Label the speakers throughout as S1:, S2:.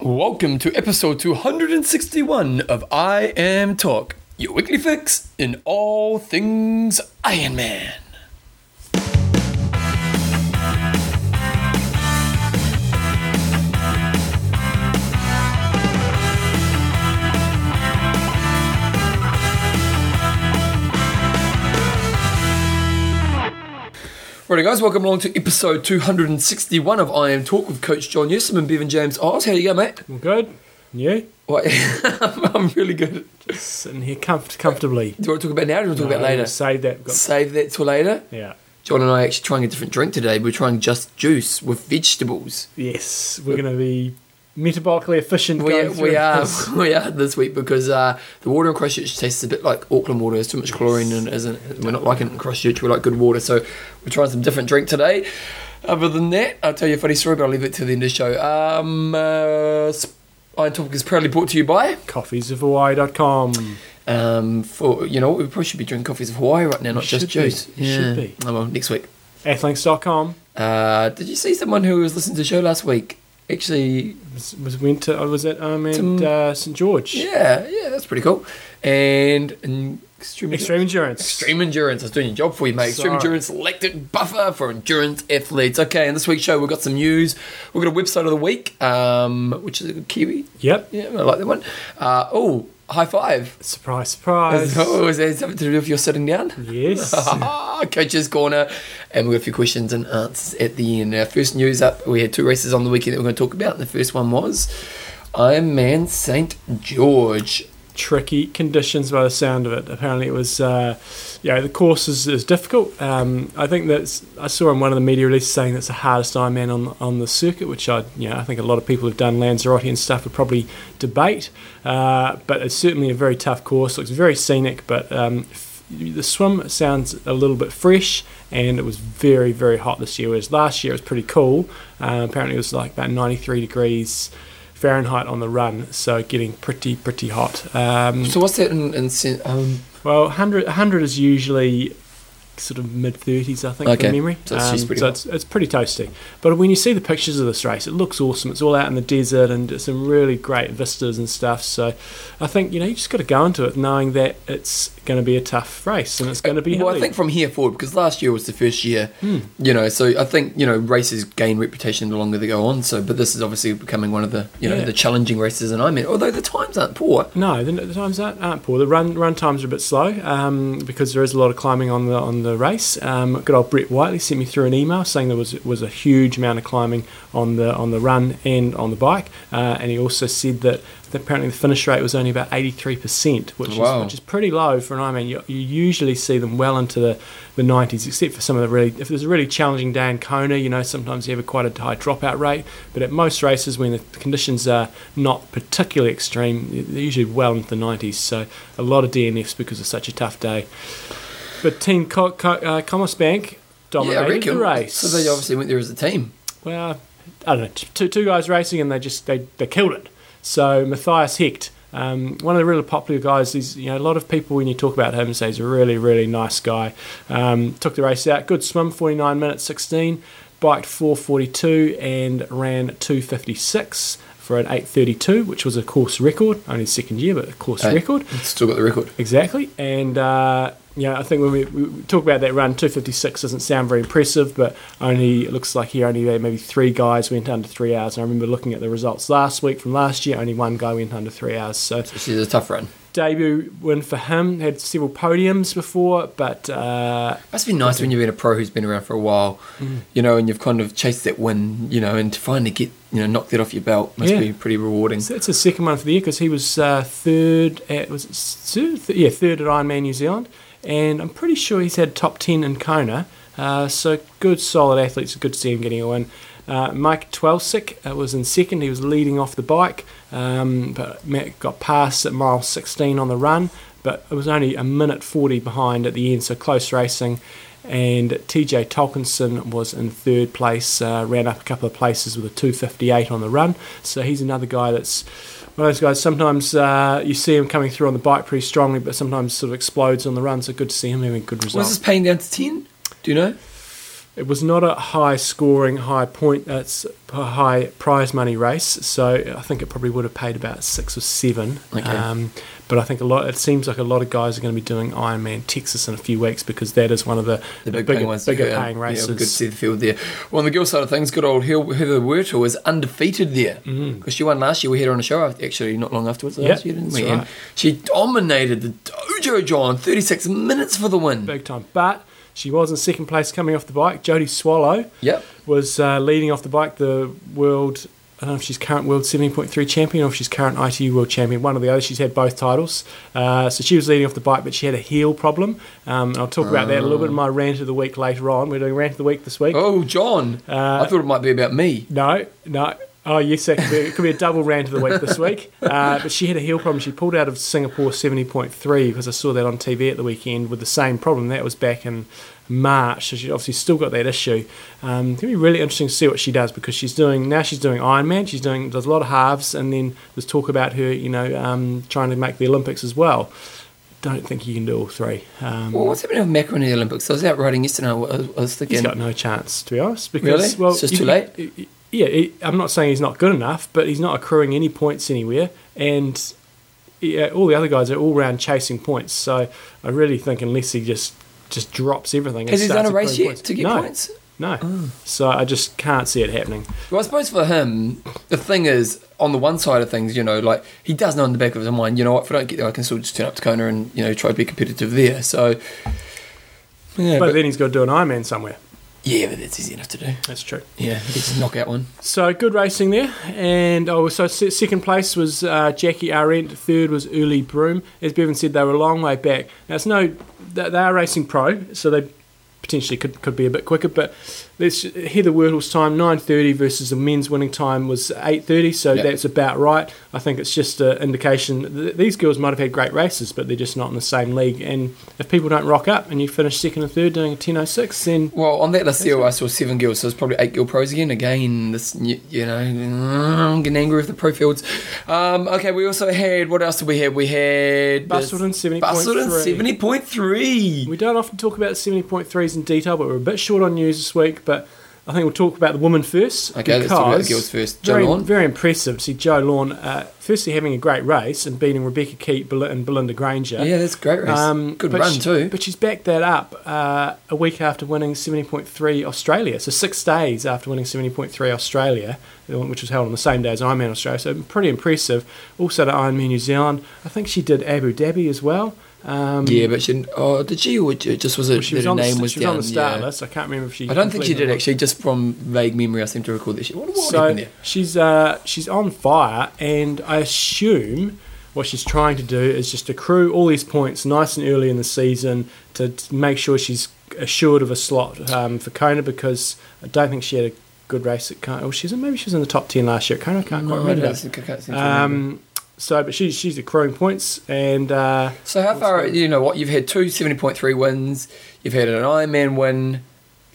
S1: Welcome to episode 261 of I Am Talk, your weekly fix in all things Iron Man. Righty, guys, welcome along to episode 261 of I Am Talk with Coach John Newsom and Bevan James Oz. How you go, mate?
S2: I'm good. And You?
S1: What? I'm really good.
S2: Just sitting here comfort- comfortably.
S1: Do you want to talk about it now or do you want to talk about it
S2: No,
S1: later?
S2: Save that. We've got-
S1: Save that till later.
S2: yeah.
S1: John and I are actually trying a different drink today. We're trying just juice with vegetables.
S2: Yes, we're going to be metabolically efficient.
S1: We,
S2: going through
S1: we are
S2: this.
S1: we are this week because uh, the water in Christchurch tastes a bit like Auckland water. There's too much chlorine in it, isn't it? We're not liking it in Christchurch. We like good water, so we're trying some different drink today. Other than that, I'll tell you a funny story, but I'll leave it till the end of the show. Um, uh, Sp- Iron Topic is proudly brought to you by.
S2: Coffeesofhawaii.com.
S1: Um, for you know, we probably should be drinking coffees of Hawaii right now, not just
S2: should be.
S1: juice.
S2: We
S1: Yeah.
S2: should be.
S1: Oh, well, next week.
S2: Athlinks.com.
S1: Uh, did you see someone who was listening to the show last week? Actually,
S2: Was, was went to, I was at um,
S1: Some-
S2: and, uh, St. George.
S1: yeah, yeah, that's pretty cool. And, and extreme,
S2: Extreme Endurance.
S1: Extreme endurance. I was doing your job for you, mate. Extreme
S2: Sorry.
S1: endurance lactic buffer for endurance athletes. Okay, and this week's show we've got some news. We've got a website of the week, um, which is a Kiwi.
S2: Yep.
S1: Yeah, I like that one. Uh, oh, high five.
S2: Surprise, surprise.
S1: Oh, is that something to do if you're sitting down?
S2: Yes.
S1: Coach's Corner, and we've got a few questions and answers at the end. Our first news up, we had two races on the weekend that we're going to talk about. The first one was Ironman St. George.
S2: tricky conditions by the sound of it. Apparently, it was uh, yeah the course is, is difficult. Um, I think that's I saw in one of the media releases saying that's the hardest Ironman on on the circuit, which I you know I think a lot of people who've done Lanzarote and stuff would probably debate. Uh, but it's certainly a very tough course. Looks very scenic, but um, f- the swim sounds a little bit fresh. And it was very, very hot this year. Whereas last year it was pretty cool. Uh, apparently, it was like about 93 degrees Fahrenheit on the run, so getting pretty, pretty hot. Um,
S1: So what's that in, in sen- um,
S2: well, 100, 100 is usually sort of mid 30s, I think,
S1: Okay.
S2: from memory. Um,
S1: So it's just pretty
S2: so
S1: hot.
S2: it's, it's pretty toasty. But when you see the pictures of this race, it looks awesome. It's all out in the desert and it's some really great vistas and stuff. So I think, you know, you just got to go into it knowing that it's going to be a tough race and it's going to be
S1: Well, I
S2: hilly.
S1: think from here forward, because last year was the first year, you know, so I think, you know, races gain reputation the longer they go on. So, but this is obviously becoming one of the, you know,
S2: Yeah.
S1: the challenging races in Ironman, although the times aren't poor.
S2: No, the, the times aren't, aren't poor. The run run times are a bit slow um, because there is a lot of climbing on the on the race. Um, good old Brett Whiteley sent me through an email saying there was was a huge amount of climbing on the on the run and on the bike, uh, and he also said that, that apparently the finish rate was only about eighty three percent, which
S1: Wow.
S2: is which is pretty low for an Ironman. You, you usually see them well into the, the 90s, except for some of the really, if there's a really challenging day in Kona, you know, sometimes you have a quite a high dropout rate. But at most races, when the conditions are not particularly extreme, they're usually well into the 90s. So a lot of DNFs because it's such a tough day. But Team Co- Co- uh, Commerce Bank dominated the race.
S1: So they obviously went there as a team.
S2: Well, I don't know. t- Two, two guys racing and they just they, they killed it. So Matthias Hecht, um, one of the really popular guys. He's you know a lot of people when you talk about him say he's a really really nice guy. Um, took the race out. Good swim, 49 minutes 16. Biked 4:42 and ran 2:56 for an 8:32, which was a course record. Only his second year, but a course
S1: Hey.
S2: record.
S1: Still got the record.
S2: Exactly, and uh, you know, I think when we, we talk about that run, two fifty six doesn't sound very impressive, but only it looks like here only maybe three guys went under three hours. And I remember looking at the results last week from last year, only one guy went under three hours. So
S1: This is a tough run.
S2: debut win for him. Had several podiums before, but uh,
S1: Must be nice when you've been a pro who's been around for a while,
S2: Mm.
S1: you know, and you've kind of chased that win, you know, and to finally get, you know, knock that off your belt must
S2: Yeah.
S1: be pretty rewarding.
S2: So that's his second one for the year because he was uh, third at was it third? Th- yeah third at Ironman New Zealand, and I'm pretty sure he's had top ten in Kona. Uh, so good, solid athletes. Good to see him getting a win. Uh, Mike Twelsick uh, was in second. He was leading off the bike, um, but Matt got past at mile 16 on the run. But it was only a minute 40 behind at the end, so close racing. And TJ Tolkinson was in third place, uh, ran up a couple of places with a 258 on the run. So he's another guy that's one of those guys. Sometimes uh, you see him coming through on the bike pretty strongly, but sometimes sort of explodes on the run. So good to see him having good
S1: Was
S2: results.
S1: this paying down to 10? Do you know?
S2: It was not a high scoring, high point, uh, s- high prize money race. So I think it probably would have paid about six or seven.
S1: Okay.
S2: Um, but I think a lot. It seems like a lot of guys are going to be doing Ironman Texas in a few weeks because that is one of the,
S1: The big
S2: bigger,
S1: paying ones,
S2: bigger
S1: yeah,
S2: paying
S1: yeah,
S2: races.
S1: good to see the field there. Well, on the girl side of things, good old Hel- Heather Wirtle is undefeated there because she won last year. We had her on a show after, actually not long afterwards
S2: Mm-hmm. Yeah,
S1: last year, didn't
S2: that's
S1: we?
S2: right.
S1: And she dominated the dojo, John, thirty six minutes for the win.
S2: big time. But she was in second place coming off the bike. Jodie Swallow
S1: Yep,
S2: was uh, leading off the bike. The world, I don't know if she's current world 17.3 champion or if she's current ITU world champion. One or the other. She's had both titles. Uh, so she was leading off the bike, but she had a heel problem. Um, and I'll talk about that a little bit in my rant of the week later on. We're doing rant of the week this week.
S1: Oh, John.
S2: Uh,
S1: I thought it might be about me.
S2: No, no. Oh, yes, that could be, it could be a double rant of the week this week. Uh, but she had a heel problem. She pulled out of Singapore 70.3 because I saw that on TV at the weekend with the same problem. That was back in March. So she obviously still got that issue. Um, it's going to be really interesting to see what she does because she's doing, now she's doing Ironman. She's doing, there's a lot of halves. And then there's talk about her, you know, um, trying to make the Olympics as well. Don't think you can do all three. Um,
S1: Well, what's happening with Macron in the Olympics? I was out riding yesterday. I was, I was
S2: He's
S1: thinking,
S2: got no chance, to be honest. Because
S1: Really?
S2: well,
S1: It's just
S2: you-
S1: too late?
S2: you- you- Yeah, he- I'm not saying he's not good enough, but he's not accruing any points anywhere, and yeah, all the other guys are all round chasing points. So I really think unless he just just drops everything, and
S1: has he
S2: starts
S1: done a race
S2: accruing
S1: yet to get
S2: no,
S1: points? Oh.
S2: No, so I just can't see it happening.
S1: Well, I suppose for him, the thing is, on the one side of things, you know, like he does know in the back of his mind, you know what, if I don't get there, I can still just turn up to Kona and, you know, try to be competitive there. So, yeah,
S2: but
S1: but,
S2: then he's got to do an Ironman somewhere.
S1: yeah, but that's easy enough to do.
S2: That's true.
S1: Yeah, it's a knockout one.
S2: So good racing there, and oh, so se- second place was uh, Jackie Arendt, third was Uli Broom. As Bevan said, they were a long way back. Now it's no, they, they are racing pro, so they potentially could, could be a bit quicker. But this Heather Wirtle's time nine thirty versus the men's winning time was eight thirty, so
S1: Yeah.
S2: that's about right. I think it's just an indication that these girls might have had great races, but they're just not in the same league. And if people don't rock up and you finish second and third doing a ten oh six, then
S1: Well, on that list there, I saw seven girls, so it's probably eight girl pros again. Again, this, you, you know, I'm getting angry with the pro fields. Um, okay, we also had, what else did we have? We had... this-
S2: Basildon seventy point three.
S1: Basildon 70.3.
S2: We don't often talk about 70.3s in detail, but we're a bit short on news this week. But I think we'll talk about the women first.
S1: Okay, let's
S2: because
S1: talk about the girls first. Jo
S2: very,
S1: Lawn.
S2: very impressive. to See, Joe Lawn, uh, firstly having a great race and beating Rebecca Keat Bel- and Belinda Granger. Um,
S1: Yeah, that's a great race. Good
S2: but
S1: run,
S2: she-
S1: too.
S2: But she's backed that up uh, a week after winning 70.3 Australia. So six days after winning 70.3 Australia, which was held on the same day as Ironman Australia. So pretty impressive. Also to Ironman New Zealand. I think she did Abu Dhabi as well. Um,
S1: Yeah, but she didn't. Oh, did she? Or it just was a.
S2: she
S1: that
S2: was,
S1: her
S2: on,
S1: name
S2: the,
S1: was
S2: she was
S1: down.
S2: on the star
S1: yeah.
S2: list. I can't remember if she.
S1: I don't think she
S2: completed
S1: did
S2: it.
S1: actually. Just from vague memory, I seem to recall that she. What, what happened
S2: So
S1: there?
S2: she's uh, she's on fire, and I assume what she's trying to do is just accrue all these points nice and early in the season to, to make sure she's assured of a slot um, for Kona because I don't think she had a good race at Kona. Oh, she's in, maybe she was in the top ten last year at Kona. I can't quite
S1: No, I
S2: remember.
S1: don't
S2: that.
S1: think- I can't seem to remember.
S2: Um, so, but she's she's accruing points, and uh,
S1: So how far? You know what? You've had two 70.3 wins. You've had an Ironman win.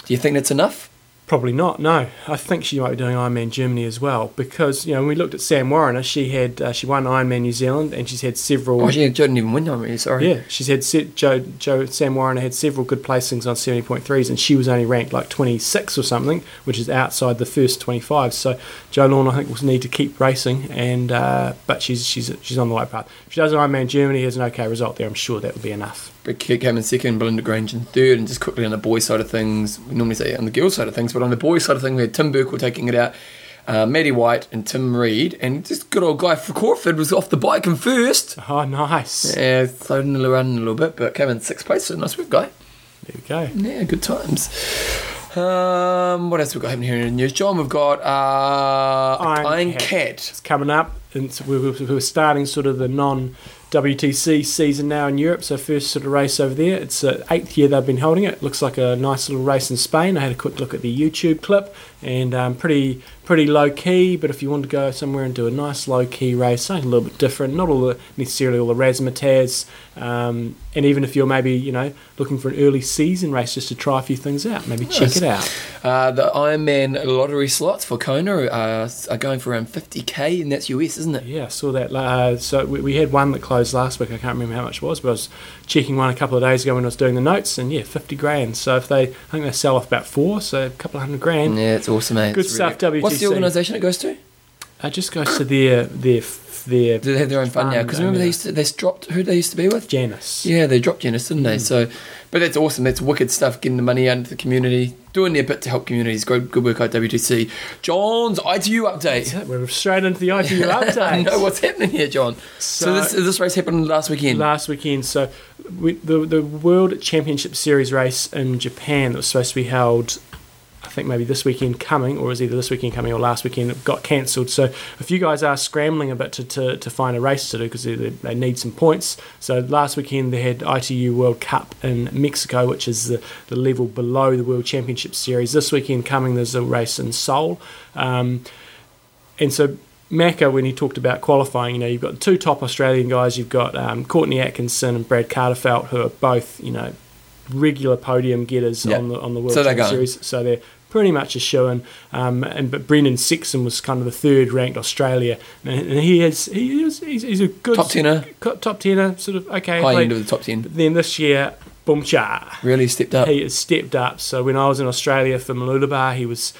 S1: Do you think that's enough?
S2: Probably not. No, I think she might be doing Ironman Germany as well because you know when we looked at Sam Warriner, she had uh, she won Ironman New Zealand and she's had several.
S1: Oh, she didn't even win. I'm really sorry.
S2: yeah, she's had se- Joe Joe Sam Warriner had several good placings on seventy point threes, and she was only ranked like twenty six or something, which is outside the first twenty five. So Joe Lawn, I think, will need to keep racing, and uh, but she's she's she's on the right path. If she does Ironman Germany, has an okay result there. I'm sure that would be enough.
S1: But Kate came in second, Belinda Grange in third, and just quickly on the boys' side of things, we normally say on the girls' side of things, but on the boys' side of things, we had Tim Burkle taking it out, uh, Maddie White and Tim Reed, and just good old guy for Crawford was off the bike in first.
S2: Oh, nice.
S1: Yeah, slowed in the run a little bit, but came in sixth place, so nice work, guy.
S2: There we go.
S1: Yeah, good times. Um, what else we got happening here in the news, John? We've got uh, Iron,
S2: Iron
S1: Cat.
S2: Cat. It's coming up, and so we're, we're we're starting sort of the non WTC season now in Europe. So first sort of race over there. It's the eighth year they've been holding it. Looks like a nice little race in Spain. I had a quick look at the YouTube clip, and um, pretty pretty low key. But if you want to go somewhere and do a nice low key race, something a little bit different, not all the necessarily all the razzmatazz, um, and even if you're maybe you know looking for an early season race just to try a few things out, maybe check
S1: Nice.
S2: it out.
S1: Uh, the Ironman lottery slots for Kona are, are going for around 50k, and that's US, isn't it?
S2: Yeah, I saw that. Uh, so we, we had one that closed last week. I can't remember how much it was, but I was checking one a couple of days ago when I was doing the notes, and yeah, fifty grand. So if they, I think they sell off about four, so a couple of hundred grand.
S1: Yeah, it's awesome, mate.
S2: Good
S1: It's
S2: stuff, WTC.
S1: What's the organisation it goes to?
S2: It just goes to their their their
S1: Do they have their own fund now? Because remember they used to they dropped who they used to be with.
S2: Janus.
S1: Yeah, they dropped Genesis, didn't they?
S2: Hmm.
S1: So, but that's awesome. That's wicked stuff. Getting the money out into the community, doing their bit to help communities. Good, good work, IWTC. John's ITU
S2: That's
S1: update.
S2: it. We're straight into the ITU
S1: I
S2: update.
S1: know what's happening here, John. So,
S2: So-
S1: this this race happened last weekend.
S2: last weekend. So we, the the World Championship Series race in Japan that was supposed to be held. I think maybe this weekend coming, or it was either this weekend coming or last weekend, it got cancelled. So, if you guys are scrambling a bit to, to, to find a race to do because they, they need some points, so last weekend they had ITU World Cup in Mexico, which is the, the level below the World Championship Series. This weekend coming, there's a race in Seoul. Um, and so Macca, when he talked about qualifying, you know, you've got two top Australian guys. You've got um, Courtney Atkinson and Brad Carterfelt, who are both, you know, regular podium getters
S1: Yeah.
S2: on the on the World
S1: So they're going.
S2: Cup Series. So they're pretty much a shoe in. Um, and but Brendan Sexton was kind of the third ranked Australia, and, and he has he is he's, he's a good
S1: Top tenner,
S2: co- top tenner, sort of okay.
S1: high
S2: athlete.
S1: end of the top ten.
S2: But then this year, boom cha
S1: Really stepped up.
S2: he has stepped up. So when I was in Australia for Malulabar, he was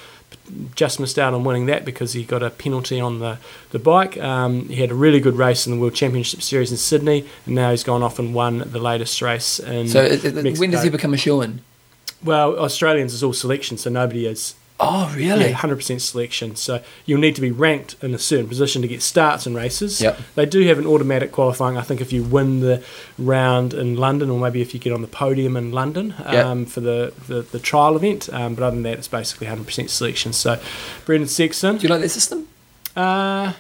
S2: just missed out on winning that because he got a penalty on the, the bike. Um, he had a really good race in the World Championship Series in Sydney, and now he's gone off and won the latest race in
S1: so, it, it-
S2: Mexico.
S1: when does he become a shoe in?
S2: Well, Australians is all selection, so nobody is
S1: Oh, really?
S2: yeah, 100% selection. So you'll need to be ranked in a certain position to get starts in races.
S1: Yep.
S2: They do have an automatic qualifying, I think, if you win the round in London, or maybe if you get on the podium in London
S1: Yep.
S2: um, for the, the, the trial event. Um, but other than that, it's basically 100% selection. So Brendan Sexton.
S1: Do you like that system?
S2: Uh,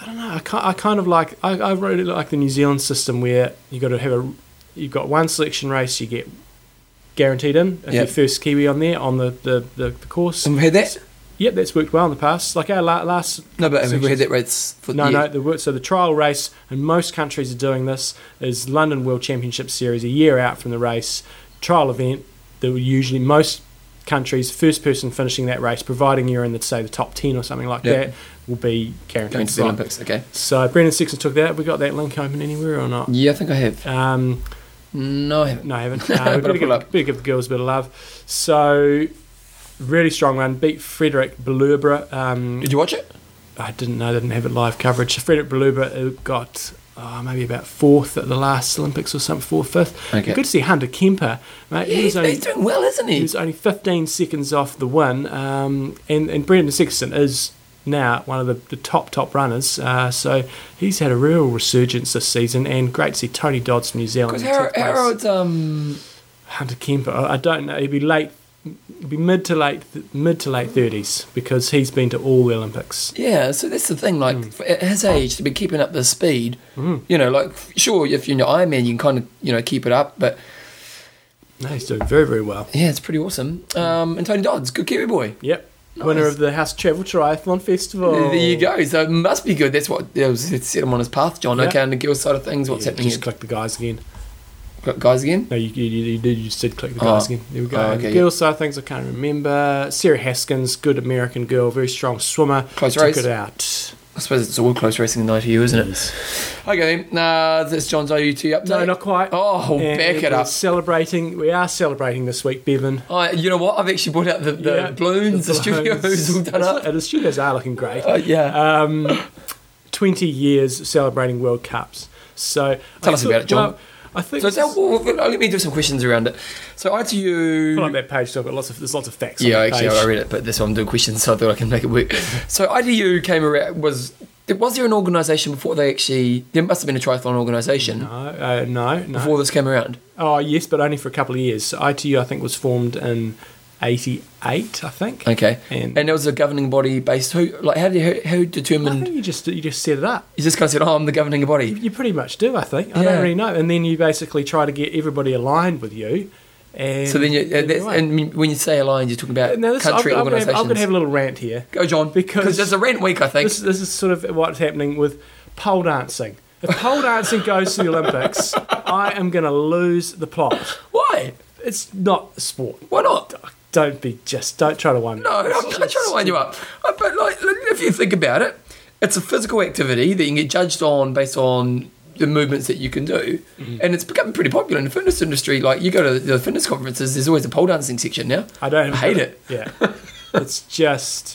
S2: I don't know. I, ki- I kind of like. I, I really like the New Zealand system where you got to have a. You've got one selection race. You get guaranteed in.
S1: Yep.
S2: If you're first Kiwi on there on the the, the, the course.
S1: Have we had that?
S2: Yep, that's worked well in the past. Like our la- last.
S1: No, but have we had
S2: sections-
S1: that race for
S2: No,
S1: the
S2: no. The, wor- so the trial race, and most countries are doing this, is London World Championship Series a year out from the race trial event. That will usually most countries first person finishing that race, providing you're in the say the top ten or something like
S1: Yeah.
S2: that, will be guaranteed.
S1: going to the
S2: spot.
S1: Olympics? Okay.
S2: So Brendan Sexton took that. We got that link open anywhere or not?
S1: Yeah, I think I have.
S2: Um,
S1: No, I haven't.
S2: no, I haven't. Uh,
S1: But I'll
S2: better,
S1: pull
S2: give,
S1: up.
S2: better give the girls a bit of love. So really strong run. Beat Frederick Belurbra. Um,
S1: Did you watch it?
S2: I didn't know they didn't have it live coverage. Frederick Baluba uh, got uh, maybe about fourth at the last Olympics or something, fourth, fifth.
S1: Okay.
S2: Good to see Hunter Kemper, mate.
S1: Yeah,
S2: he was
S1: he's,
S2: only,
S1: he's doing well, isn't
S2: he
S1: he?
S2: was only 15 seconds off the win, um, and, and Brendan Sexton is now one of the, the top, top runners. Uh, so he's had a real resurgence this season, and great to see Tony Dodds from New Zealand.
S1: Because
S2: in
S1: Harold,
S2: tenth place.
S1: Harold's um,
S2: Hunter Kemper. I I don't know. He'd be late. He'd be mid to late, mid to late thirties because he's been to all the Olympics.
S1: yeah. So that's the thing.
S2: Hmm.
S1: Like for- at his age, to be keeping up the speed, you know, like sure, if you're an Ironman, you can kind of you know keep it up. But
S2: No, he's doing very, very well.
S1: yeah, it's pretty awesome. Um, and Tony Dodds, good Kiwi boy.
S2: Yep. Winner of the House Travel Triathlon Festival.
S1: There you go. So it must be good. That's what it was, it set him on his path, John.
S2: Oh. Yeah.
S1: Okay, on the girls' side of things, what's
S2: Yeah,
S1: happening?
S2: Just click the guys again.
S1: here? Guys, again.
S2: No, you, you, you, you did. You just did click the
S1: Oh.
S2: guys again. There we go.
S1: Oh,
S2: And
S1: okay,
S2: the
S1: yeah.
S2: girls' side of things, I can't remember. Sarah Haskins, good American girl, very strong swimmer.
S1: Close
S2: took
S1: race.
S2: it out.
S1: I suppose it's all close racing night to you, isn't it? Okay, nah, that's John's IUT update.
S2: No, not quite.
S1: Oh,
S2: And
S1: back it
S2: we're
S1: up.
S2: Celebrating. We are celebrating this week, Bevan.
S1: I, you know what? I've actually brought out the, the
S2: Yeah,
S1: balloons, the, studios, all
S2: balloons.
S1: done up.
S2: The studios are looking great.
S1: Uh, yeah.
S2: um, 20 years celebrating World Cups. So
S1: Tell us about it, John.
S2: well, I think
S1: So it's
S2: this-
S1: out- well, well, let me do some questions around it. So ITU.
S2: Pull up that page. So I've got lots of there's lots of facts.
S1: yeah,
S2: on that
S1: actually,
S2: page.
S1: I read it, but this one I'm doing questions, so I thought I can make it work. So ITU came around was was there an organisation before they actually? There must have been a triathlon organisation
S2: No, uh, no, no.
S1: before this came around.
S2: oh, yes, but only for a couple of years. So ITU, I think, was formed in '88, I think.
S1: Okay,
S2: And-
S1: and, there was a governing body based who like how did who, who
S2: I
S1: determined?
S2: think you just you just set it up.
S1: You just kind of said, "Oh, I'm the governing
S2: You,
S1: body."
S2: you pretty much do, I think. I
S1: Yeah.
S2: don't really know. And then you basically try to get everybody aligned with you. And
S1: So then, you,
S2: and
S1: and, that's, and when you say aligned, you're talking about
S2: now this, I'm, I'm,
S1: country
S2: gonna have, I'm
S1: organisations.
S2: gonna have a little rant here.
S1: Go, John,
S2: Because-
S1: because there's a rent week, I think.
S2: This, this is sort of what's happening with pole dancing. If pole dancing goes to the Olympics, I am going to lose the plot.
S1: Why?
S2: It's not a sport.
S1: Why not?
S2: Don't be just. Don't try to one.
S1: No, I'm not trying to wind you up. Uh, But like, look, if you think about it, it's a physical activity that you can get judged on based on the movements that you can do.
S2: Mm-hmm.
S1: And it's becoming pretty popular in the fitness industry. Like you go to the fitness conferences, there's always a pole dancing section now.
S2: I don't
S1: I hate it.
S2: Yeah, it's just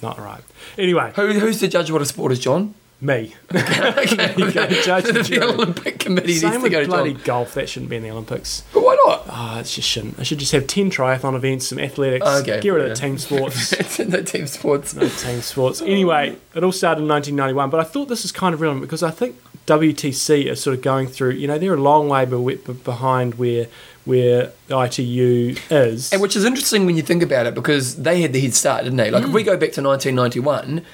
S2: not right. Anyway,
S1: Who, who's to judge what a sport is, John?
S2: me.
S1: okay,
S2: You can't judge the
S1: the
S2: jury.
S1: Olympic committee
S2: Same
S1: needs to
S2: with
S1: go,
S2: bloody
S1: John.
S2: golf. That shouldn't be in the Olympics.
S1: But why not?
S2: Ah, it just shouldn't. I should just have ten triathlon events, some athletics.
S1: Okay,
S2: get rid
S1: yeah.
S2: of the team sports.
S1: it's in the team sports.
S2: team sports. Anyway, it all started in 1991, but I thought this is kind of relevant because I think WTC is sort of going through. You know, they're a long way be- be- behind where where ITU is.
S1: And which is interesting when you think about it because they had the head start, didn't they? Like if we go back to 1991,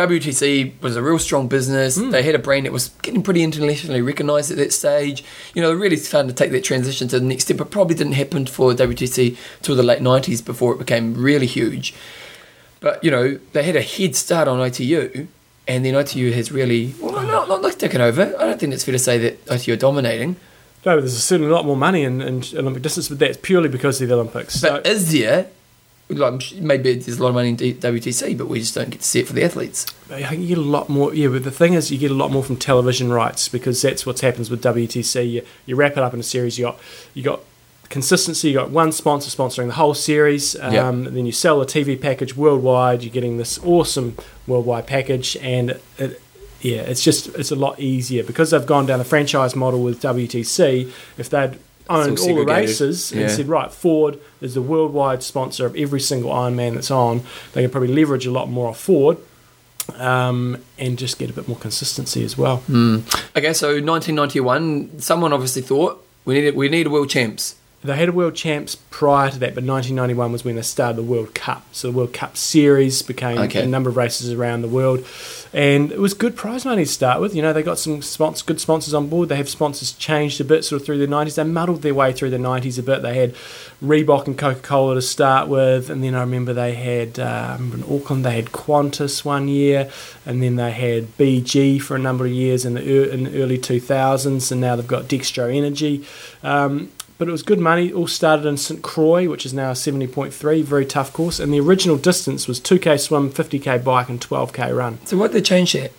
S1: WTC was a real strong business. They had a brand that was getting pretty internationally recognised at that stage. You know, they really starting to take that transition to the next step. It probably didn't happen for WTC till the late 90s before it became really huge. But you know, they had a head start on ITU, and then ITU has really well, not not, not taken over. I don't think it's fair to say that ITU are dominating.
S2: no, there's certainly a lot more money in, in Olympic distance, but that's purely because of the Olympics. So,
S1: But is there? Like I'm su- maybe there's a lot of money in D- WTC, but we just don't get to see it for the athletes.
S2: I think uh, you get a lot more. Yeah, but the thing is, you get a lot more from television rights because that's what happens with WTC. You, you wrap it up in a series. You got you got consistency. You got one sponsor sponsoring the whole series. Um,
S1: Yeah.
S2: and Then you sell the TV package worldwide. You're getting this awesome worldwide package, and it, yeah, it's just it's a lot easier because they've gone down the franchise model with WTC. If they'd owned all the
S1: segregated.
S2: races
S1: Yeah.
S2: and said, right, Ford is the worldwide sponsor of every single Ironman that's on, they could probably leverage a lot more off Ford um, and just get a bit more consistency as well.
S1: Okay, so 1991, someone obviously thought we need we need world champs.
S2: They had a world champs prior to that, but 1991 was when they started the World Cup. So the World Cup series became
S1: Okay.
S2: a number of races around the world, and it was good prize money to start with. You know, they got some spons- good sponsors on board. They have sponsors changed a bit sort of through the 90s. They muddled their way through the 90s a bit. They had Reebok and Coca Cola to start with, and then I remember they had uh, I remember in Auckland they had Qantas one year, and then they had BG for a number of years in the ear- in the early 2000s, and now they've got Dextro Energy. Um, but it was good money. All started in St Croix, which is now a 70.3, very tough course. And the original distance was 2k swim, 50k bike, and 12k run.
S1: So why'd they change that?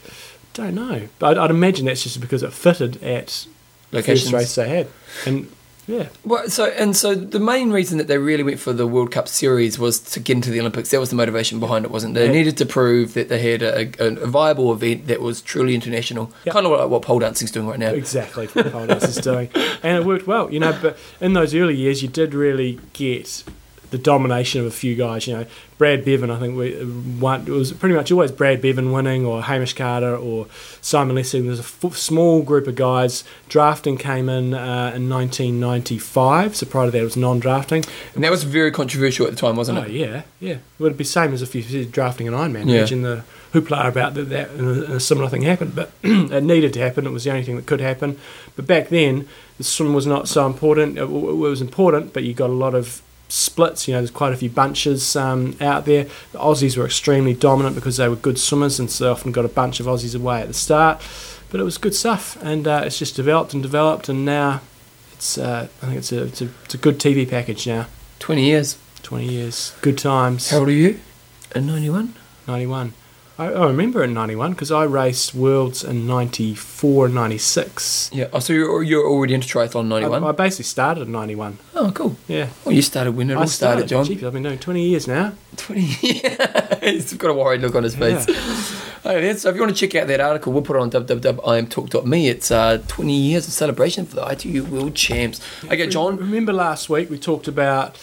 S2: Don't know, but I'd, I'd imagine that's just because it fitted at the first
S1: Locations.
S2: race they had. And yeah,
S1: Well, so and so the main reason that they really went for the World Cup series was to get into the Olympics. That was the motivation behind it, wasn't it? They
S2: Yeah.
S1: needed to prove that they had a, a, a viable event that was truly international,
S2: Yeah.
S1: kind of like what pole dancing's doing right now.
S2: exactly what everyone else is doing, and it worked well, you know. But in those early years, you did really get the domination of a few guys. You know, Brad Bevan, I think we won, it was pretty much always Brad Bevan winning, or Hamish Carter, or Simon Lessing. There's a f- small group of guys. Drafting came in uh, in 1995, so prior to that, it was non-drafting.
S1: And that was very controversial at the time, wasn't
S2: Oh
S1: it?
S2: yeah, yeah. Well, it'd be same as if you said drafting an Ironman.
S1: Yeah.
S2: Imagine the hoopla about that, that and a, and a similar thing happened, but it needed to happen. It was the only thing that could happen. But back then, the swim was not so important. It, w- it was important, but you got a lot of splits. You know, there's quite a few bunches um, out there. The Aussies were extremely dominant because they were good swimmers, and so they often got a bunch of Aussies away at the start. But it was good stuff, and uh, it's just developed and developed, and now. It's, uh, I think it's a, it's, a, it's a good TV package now.
S1: Twenty years.
S2: 20 years. Good times.
S1: How old are you? In ninety-one.
S2: 91. I, I remember in 91 because I raced Worlds in 94 96.
S1: Yeah. Oh, so you're you're already into triathlon
S2: I,
S1: ninety-one.
S2: I basically started in 91.
S1: Oh, cool.
S2: Yeah.
S1: Well, you started when it all
S2: I
S1: started, John.
S2: Jeez, I've been doing 20 years now.
S1: 20 He's got a worried look on his
S2: Yeah.
S1: face. Alright, then, so if you want to check out that article, we'll put it on www.imtalk.me. It's uh, 20 years of celebration for the ITU World Champs. Okay, John.
S2: Remember last week we talked about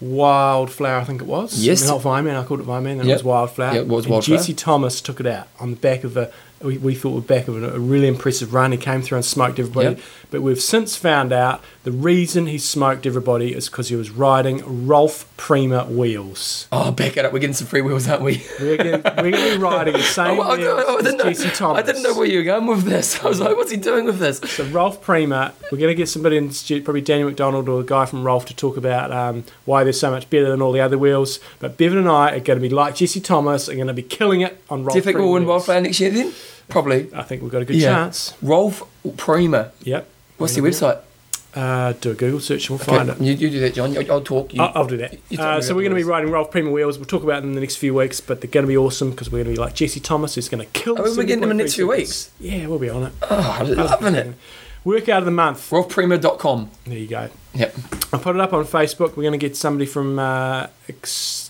S2: Wildflower, I think it was?
S1: Yes.
S2: Not Vineman, I called it Vineman, then
S1: Yeah.
S2: it was Wildflower.
S1: Yeah, it was
S2: and
S1: Wildflower.
S2: Jesse Thomas took it out on the back of a, we, we thought, the back of a, a really impressive run. He came through and smoked everybody.
S1: Yeah.
S2: But we've since found out the reason he smoked everybody is because he was riding Rolf Prima wheels.
S1: Oh, back it up. We're getting some free wheels, aren't we?
S2: We're going we're gonna be riding the same
S1: Oh, I, I-
S2: wheels
S1: I
S2: as
S1: didn't
S2: JC
S1: know,
S2: Thomas.
S1: I didn't know where you were going with this. I was like, what's he doing with this?
S2: So Rolf Prima, we're going to get somebody in the studio, probably Daniel McDonald or a guy from Rolf, to talk about um, why they're so much better than all the other wheels. But Bevan and I are going to be like Jesse Thomas and going to be killing it on Rolf
S1: Do you think
S2: Prima
S1: we'll win
S2: wheels.
S1: Wildfire next year then? Probably.
S2: I think we've got a good
S1: Yeah.
S2: chance.
S1: Rolf Prima.
S2: Yep.
S1: What's the website?
S2: Uh, do a Google search and we'll
S1: Okay,
S2: find it.
S1: You, you do that, John. I'll, I'll talk. You,
S2: I'll, I'll do that.
S1: you tell me
S2: Uh, so
S1: about
S2: we're going to be
S1: those.
S2: riding Ralph Premier wheels. We'll talk about them in the next few weeks, but they're going to be awesome because we're going to be like Jesse Thomas, who's going to kill.
S1: Oh, we're getting them in the next few
S2: 7.3
S1: weeks?
S2: Yeah, we'll be on it.
S1: oh, I'm loving it.
S2: Workout of the month.
S1: RalphPrima.com.
S2: There you go.
S1: Yep.
S2: I put it up on Facebook. We're going to get somebody from uh, ex-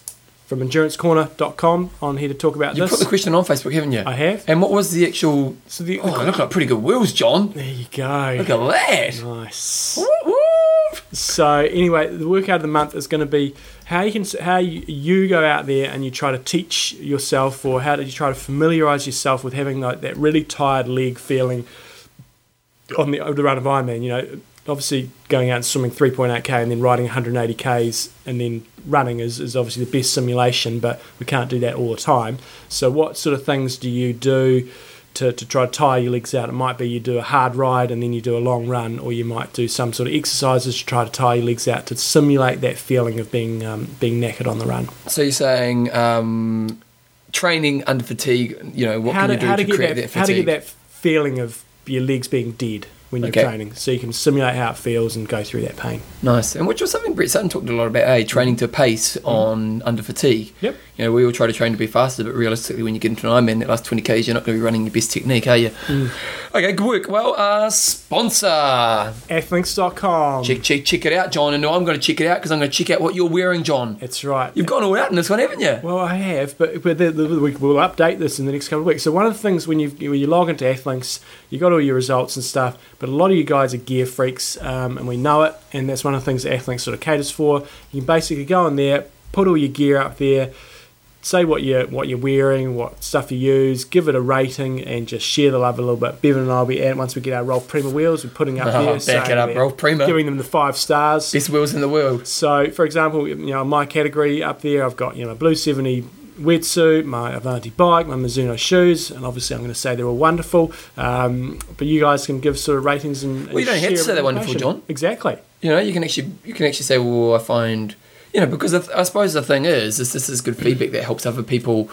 S2: from endurancecorner.com on here to talk about
S1: You
S2: this.
S1: put the question on Facebook, haven't you?
S2: I have.
S1: And what was the actual?
S2: So the,
S1: Oh, look at pretty good wheels, John.
S2: there you go.
S1: Look at that.
S2: Nice.
S1: Woo, woo.
S2: So anyway, the workout of the month is going to be how you can how you, you go out there and you try to teach yourself, or how did you try to familiarize yourself with having like that really tired leg feeling on the, the run of Ironman. You know, obviously going out and swimming 3.8k and then riding 180 k's and then running is, is obviously the best simulation, but we can't do that all the time. So what sort of things do you do? To, to try to tire your legs out, it might be you do a hard ride and then you do a long run, or you might do some sort of exercises to try to tire your legs out to simulate that feeling of being um, being knackered on the run.
S1: So you're saying um, training under fatigue? You know what
S2: how
S1: can
S2: to,
S1: you do
S2: how
S1: to,
S2: to get
S1: create
S2: that,
S1: that, fatigue?
S2: how to get that feeling of your legs being dead when you're
S1: Okay.
S2: training, so you can simulate how it feels and go through that pain.
S1: Nice. And which was something Brett Sutton talked a lot about, eh? Training to pace on under fatigue.
S2: Mm. Yep.
S1: You know, we all try to train to be faster, but realistically, when you get into an Ironman, that last 20 Ks, you're not going to be running your best technique, are you?
S2: Mm.
S1: Okay, good work. Well, uh, sponsor.
S2: Athlinks.com.
S1: Check, check, check it out, John. And now I'm going to check it out because I'm going to check out what you're wearing, John.
S2: That's right.
S1: You've gone all out in this one, haven't you?
S2: Well, I have, but, but the, the, we- we'll update this in the next couple of weeks. So one of the things when you when you log into Athlinks, you got all your results and stuff, but a lot of you guys are gear freaks, um, and we know it, and that's one of the things that Athlinks sort of caters for. You can basically go on there, put all your gear up there, say what you what you're wearing, what stuff you use, give it a rating, and just share the love a little bit. Bevan and I will be at once we get our Rolf Prima wheels, we're putting up
S1: Oh,
S2: there,
S1: back
S2: saying
S1: it up,
S2: we're
S1: Rolf Prima.
S2: giving them the five stars.
S1: Best wheels in the world.
S2: So, for example, you know, in my category up there, I've got you know blue seventy wetsuit, my Avanti bike, my Mizuno shoes, and obviously I'm going to say they're all wonderful. Um, but you guys can give sort of ratings and. and
S1: Well, you don't have
S2: share
S1: to say they're wonderful,
S2: information.
S1: John.
S2: Exactly.
S1: You know, you can actually you can actually say, well, I find, you know, because I, th- I suppose the thing is, is this is good feedback that helps other people.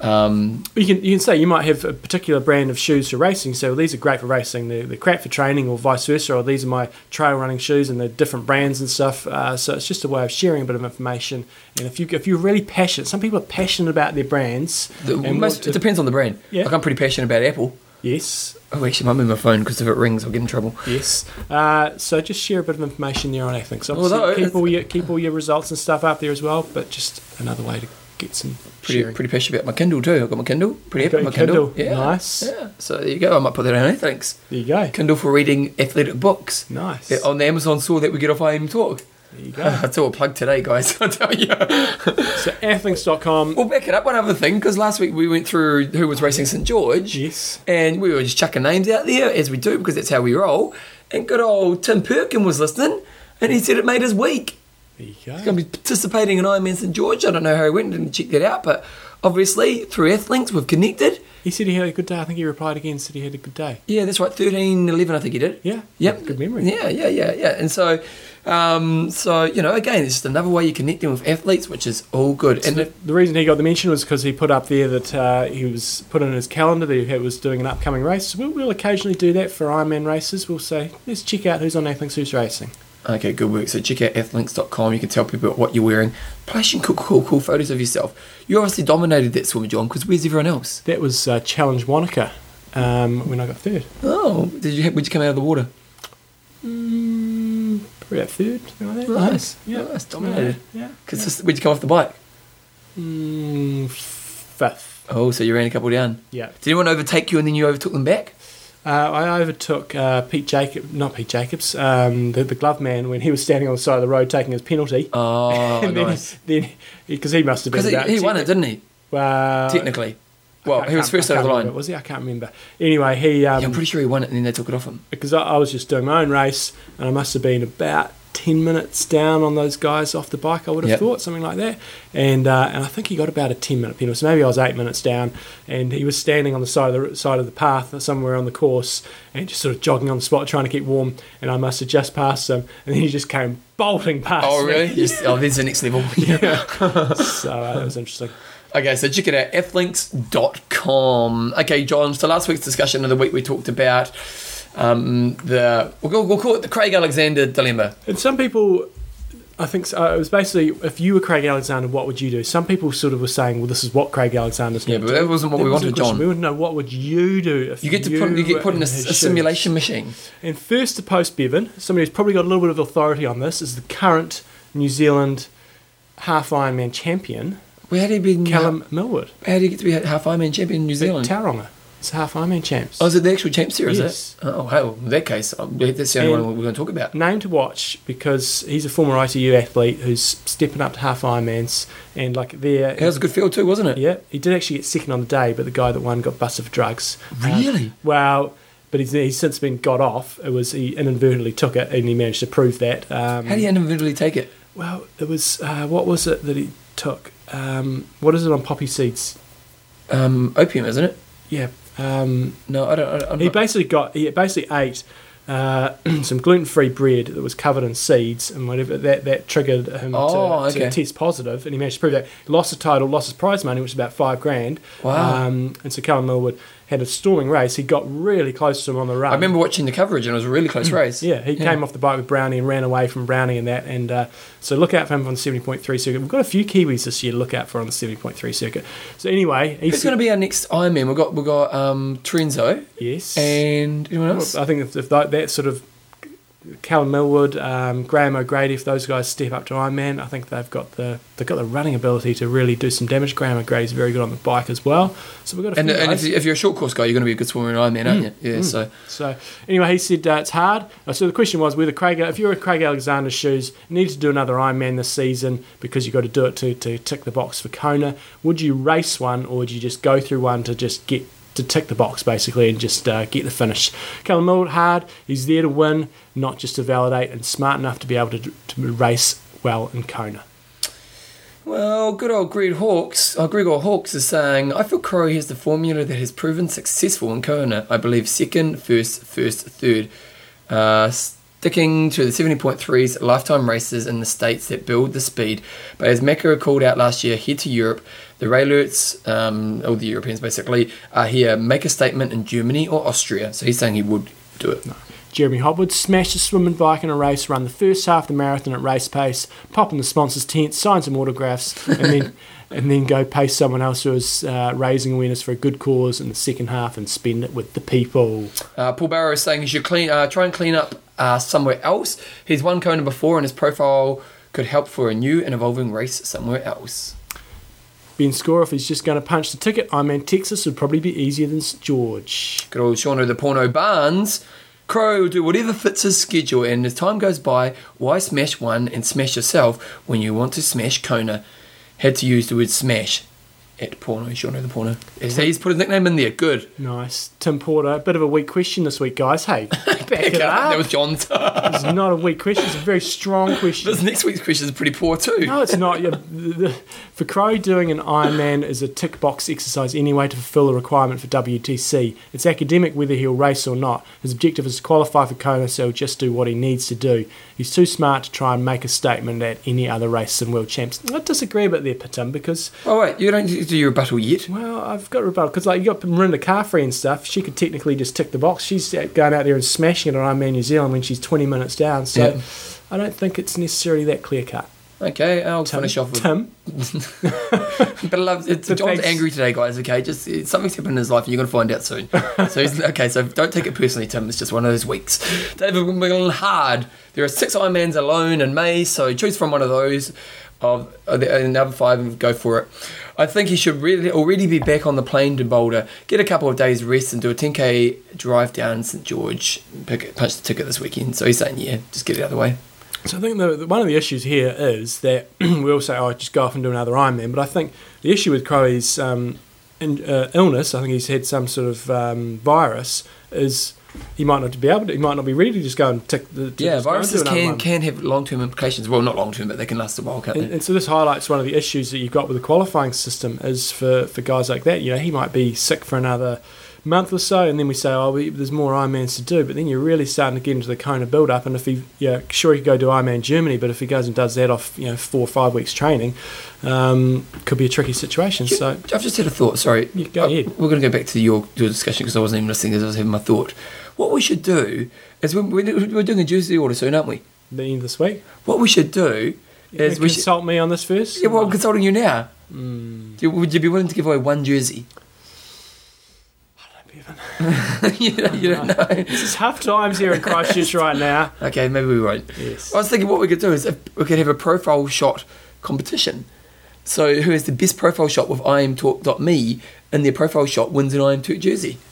S1: Um,
S2: You can you can say you might have a particular brand of shoes for racing. So these are great for racing. They're, they're crap for training, or vice versa. Or these are my trail running shoes, and they're different brands and stuff. Uh, so it's just a way of sharing a bit of information. And if you if you're really passionate, some people are passionate about their brands.
S1: the,
S2: and
S1: most,
S2: want to-
S1: it depends on the brand.
S2: Yeah.
S1: Like I'm pretty passionate about Apple.
S2: yes,
S1: Oh, actually, I might move my phone because if it rings, I'll get in trouble.
S2: Yes. Uh, so just share a bit of information there on Athlinks. Obviously,
S1: Although it's-
S2: keep all your keep all your results and stuff up there as well. But just another way to get some
S1: Pretty,
S2: sharing.
S1: pretty passionate about my Kindle too. I've got my Kindle. Pretty
S2: You've
S1: happy with
S2: got
S1: my
S2: your
S1: Kindle.
S2: Kindle. Nice.
S1: Yeah. So there you go. I might put that on. Thanks.
S2: There you go.
S1: Kindle for reading athletic books.
S2: Nice.
S1: Yeah, on the Amazon store that we get off IM Talk.
S2: There you go.
S1: That's all a plug today, guys. I tell you.
S2: so athlinks.com.
S1: Well, back it up one other thing because last week we went through who was racing St George.
S2: Yes.
S1: And we were just chucking names out there as we do because that's how we roll. And good old Tim Perkin was listening, and he said it made his week.
S2: There you
S1: He's
S2: go.
S1: going to be participating in Ironman St George. I don't know how he went, didn't check that out, but obviously through Athlinks we've connected.
S2: He said he had a good day. I think he replied again. Said he had a good day.
S1: Yeah, that's right. Thirteen eleven, I think he did.
S2: Yeah.
S1: Yep.
S2: Good memory.
S1: Yeah, yeah, yeah, yeah. And so, um, so you know, again, it's just another way you're connecting with athletes, which is all good.
S2: So
S1: And
S2: the, the reason he got the mention was because he put up there that uh, he was put in his calendar that he was doing an upcoming race. So we'll, we'll occasionally do that for Ironman races. We'll say, let's check out who's on Athlinks, who's racing.
S1: Okay, good work. So check out athlinks.com. You can tell people what you're wearing. Plus, you can cool, cool, cool photos of yourself. You obviously dominated that swim, John, because where's everyone else?
S2: That was uh, Challenge Wanaka um, when I got third.
S1: Oh, did you? Would you come out of the water?
S2: Mm, probably about third. something Like that.
S1: Nice.
S2: Yeah.
S1: nice. Dominated.
S2: Yeah.
S1: Consistent. Would you come off the bike?
S2: Mm, fifth.
S1: Oh, so you ran a couple down.
S2: Yeah.
S1: Did anyone overtake you and then you overtook them back?
S2: Uh, I overtook uh, Pete Jacob, not Pete Jacobs, um, the, the glove man when he was standing on the side of the road taking his penalty.
S1: Oh,
S2: and then,
S1: nice.
S2: then because he must have been
S1: Because he,
S2: about
S1: he won it,
S2: ten-
S1: didn't he?
S2: uh,
S1: Technically.
S2: I
S1: Well,
S2: can't-
S1: he was
S2: can't-
S1: first
S2: I
S1: out of
S2: can't
S1: the
S2: remember,
S1: line.
S2: Was he? I can't remember. Anyway, he um,
S1: Yeah, I'm pretty sure he won it and then they took it off him.
S2: because I, I was just doing my own race, and I must have been about ten minutes down on those guys off the bike. I would have
S1: Yep.
S2: thought something like that, and uh, and I think he got about a ten minute penalty. So maybe I was eight minutes down, and he was standing on the side of the side of the path uh, somewhere on the course, and just sort of jogging on the spot, trying to keep warm. And I must have just passed him, and then he just came bolting past.
S1: Oh,
S2: me.
S1: really? Just- oh, there's the next level.
S2: so uh, that was interesting.
S1: Okay, so check it out, flinks.com. Okay, John, so last week's discussion of the week we talked about um, the we'll, go- we'll call it the Craig Alexander dilemma.
S2: And some people, I think so, uh, it was basically if you were Craig Alexander, what would you do? Some people sort of were saying, well, this is what Craig Alexander's
S1: Yeah,
S2: going
S1: but
S2: do.
S1: that wasn't what
S2: That
S1: we
S2: wasn't
S1: wanted,
S2: the question.
S1: John.
S2: We wanted to know what would you do if
S1: You get to put you get put in a,
S2: his
S1: a
S2: shoes?
S1: simulation machine.
S2: And first to post Bevan, somebody who's probably got a little bit of authority on this, is the current New Zealand half Ironman champion,
S1: Where had he been?
S2: Callum Millwood.
S1: How do you get to be a half Ironman champion in New Zealand?
S2: Tauranga. It's half Ironman champs.
S1: Oh, is it the actual champs here? Is
S2: Yes.
S1: it? Oh, hell. In that case, um, that's the only
S2: And-
S1: one we're going to talk about.
S2: Name to watch because he's a former ITU athlete who's stepping up to half Ironmans and like there.
S1: That was a good field too, wasn't it?
S2: Yeah, he did actually get second on the day, but the guy that won got busted for drugs.
S1: Really?
S2: Um, well, but he's, he's since been got off. It was he inadvertently took it, and he managed to prove that. Um,
S1: How do you individually take it?
S2: Well, it was uh, what was it that he took? Um, what is it on poppy seeds?
S1: Um, opium, isn't it?
S2: Yeah, um,
S1: No, I don't. I don't I'm
S2: he
S1: not-
S2: basically got he basically ate uh, some gluten-free bread that was covered in seeds and whatever that that triggered him
S1: Oh,
S2: to,
S1: okay.
S2: to test positive and he managed to prove that he lost the title lost his prize money which was about five grand
S1: Wow.
S2: um, and so Callum Millwood had a storming race he got really close to him on the run
S1: I remember watching the coverage and it was a really close race.
S2: yeah, he came off the bike with Brownie and ran away from Brownie and that. And uh, so look out for him on the 70.3 circuit. We've got a few Kiwis this year to look out for on the 70.3 circuit. So anyway,
S1: Who's
S2: he's
S1: going to be our next Ironman? We've got, we've got um, Trenzo
S2: Yes.
S1: and anyone else?
S2: I think if, if that, that sort of Callum Millwood, um, Graham O'Grady, if those guys step up to Ironman, I think they've got the they've got the running ability to really do some damage. Graham O'Grady's very good on the bike as well. So we've got a few
S1: And, and if,
S2: guys. Mm.
S1: you- if you're a short course guy, you're going to be a good swimmer in Ironman, aren't you? Yeah, so.
S2: So anyway, he said uh, it's hard. Uh, So the question was whether Craig, if you're in Craig Alexander's shoes, you need to do another Ironman this season because you've got to do it to, to tick the box for Kona. Would you race one, or would you just go through one to just get to tick the box basically and just uh, get the finish? Callum Millwood hard. He's there to win, not just to validate, and smart enough to be able to, to race well in Kona.
S1: Well, good old Greg Hawkes, uh, Gregor Hawkes is saying, I feel Crow has the formula that has proven successful in Kona. I believe second, first, first, third. Uh, sticking to the 70.3s, lifetime races in the states that build the speed. But as Macro called out last year, head to Europe. The Raylerts, um, or the Europeans basically, are here. Make a statement in Germany or Austria. So he's saying he would do it.
S2: Jeremy Hobwood smashed his swim and bike in a race, run the first half of the marathon at race pace, pop in the sponsor's tent, sign some autographs, and then and then go pace someone else who is uh, raising awareness for a good cause in the second half and spend it with the people.
S1: Uh, Paul Barrow is saying he should clean, uh, try and clean up uh, somewhere else. He's won Kona before, and his profile could help for a new and evolving race somewhere else.
S2: Ben Score, if he's just going to punch the ticket, I'm in Texas, would probably be easier than St. George.
S1: Good old Shauna the Porno Barnes. Crow will do whatever fits his schedule, and as time goes by, why smash one and smash yourself when you want to smash Kona? Had to use the word smash at Porno, Shauna the Porno. So he's put his nickname in there. Good.
S2: Nice. Tim Porter, bit of a weak question this week, guys. Hey, back it
S1: That
S2: up.
S1: was John's.
S2: It's not a weak question, it's a very strong question.
S1: this next week's question is pretty poor, too.
S2: No, it's not. Yeah, the- the- For Crow, doing an Ironman is a tick box exercise anyway to fulfill a requirement for WTC. It's academic whether he'll race or not. His objective is to qualify for Kona, so he'll just do what he needs to do. He's too smart to try and make a statement at any other race than World Champs. I disagree about there, Patum, because,
S1: Oh, wait, you don't do your rebuttal yet.
S2: well, I've got rebuttal. Because, like, you got Marinda Carfrey and stuff, she could technically just tick the box. She's uh, going out there and smashing it on Ironman New Zealand when she's 20 minutes down, so
S1: Yeah.
S2: I don't think it's necessarily that clear cut.
S1: Okay, I'll
S2: Tim,
S1: finish off with
S2: Tim,
S1: But I love it's,
S2: The
S1: John's
S2: thanks-
S1: angry today, guys. Okay, just it's- something's happened in his life, and you're going to find out soon. so he's, okay, so don't take it personally, Tim. It's just one of those weeks. David Wimbledon hard. There are six Ironmans alone in May, so choose from one of those. Of of the another five and go for it. I think he should really already be back on the plane to Boulder. Get a couple of days rest and do a 10k drive down St George. Pick, punch the ticket this weekend. So he's saying, yeah, just get it out of the way.
S2: So I think the, the, one of the issues here is that we all say, "Oh, just go off and do another Ironman," but I think the issue with Crowe's um, in, uh, illness, I think he's had some sort of um, virus, is he might not be able to, he might not be ready to just go and tick the to
S1: Yeah,
S2: just go and do
S1: viruses
S2: another
S1: can
S2: one.
S1: can have long term implications. Well, not long term, but they can last a while, can't they?
S2: And, and so this highlights one of the issues that you've got with the qualifying system is for, for guys like that. You know, he might be sick for another month or so, and then we say, oh, we, there's more Ironmans to do. But then you're really starting to get into the Kona build-up. And if he, yeah, sure, he could go do Ironman Germany, but if he goes and does that off, you know, four or five weeks training, um, could be a tricky situation. So
S1: I've just had a thought. Sorry,
S2: Yeah, go
S1: Uh,
S2: ahead.
S1: We're going to go back to your, your discussion because I wasn't even listening as I was having my thought. What we should do is when we're, we're doing a jersey order soon, aren't we?
S2: the end of this week,
S1: What we should do is we should.
S2: consult me on this first. Mm.
S1: Yeah, well, I'm consulting you now. Do you- Would you be willing to give away one jersey? you, don't, you don't know.
S2: It's tough times here in Christchurch right now.
S1: Okay, maybe we won't.
S2: Yes.
S1: I was thinking what we could do is if we could have a profile shot competition. So who has the best profile shot with imtalk.me in their profile shot wins an IM Talk jersey.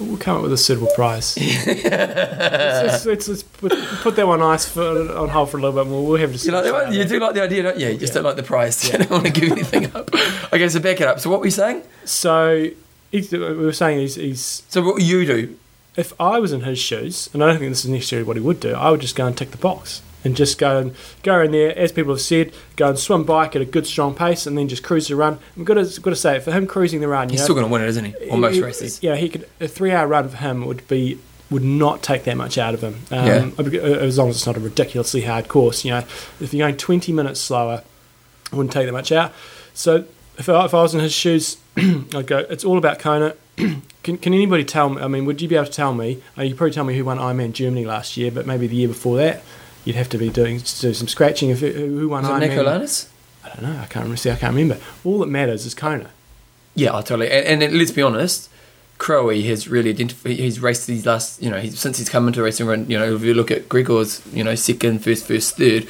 S2: We'll come up with a suitable prize. let's, let's- let's put, put that one ice for, on hold for a little bit more. We'll have to see.
S1: You, like that
S2: what's
S1: one? you
S2: out there.
S1: do like the idea, don't you? You just
S2: Yeah.
S1: don't like the price. You don't want to give anything up. Okay, so back it up. So what were you saying?
S2: So he's, we were saying he's, he's.
S1: So what you do?
S2: If I was in his shoes, and I don't think this is necessarily what he would do, I would just go and tick the box and just go and go in there, as people have said, go and swim bike at a good strong pace, and then just cruise the run. I'm gonna got to say for him cruising the run, you
S1: He's
S2: know,
S1: still going to win it, isn't he? On most races.
S2: Yeah, he could a three-hour run for him would be would not take that much out of him. Um,
S1: Yeah.
S2: ab- as long as it's not a ridiculously hard course. You know, if you're going 20 minutes slower, it wouldn't take that much out. So if I, if I was in his shoes, I'd go. It's all about Kona. Can, can anybody tell me? I mean, would you be able to tell me? Uh, you could probably tell me who won Ironman Germany last year, but maybe the year before that, you'd have to be doing do some scratching. If uh, who won
S1: Was it
S2: Ironman?
S1: Nico Lanis?
S2: I don't know. I can't remember. See, I can't remember. All that matters is Kona.
S1: Yeah, I totally. And, and let's be honest, Crowe has really identified. He's raced these last, you know, he's, since he's come into racing. run, You know, if you look at Gregor's, you know, second, first, first, third,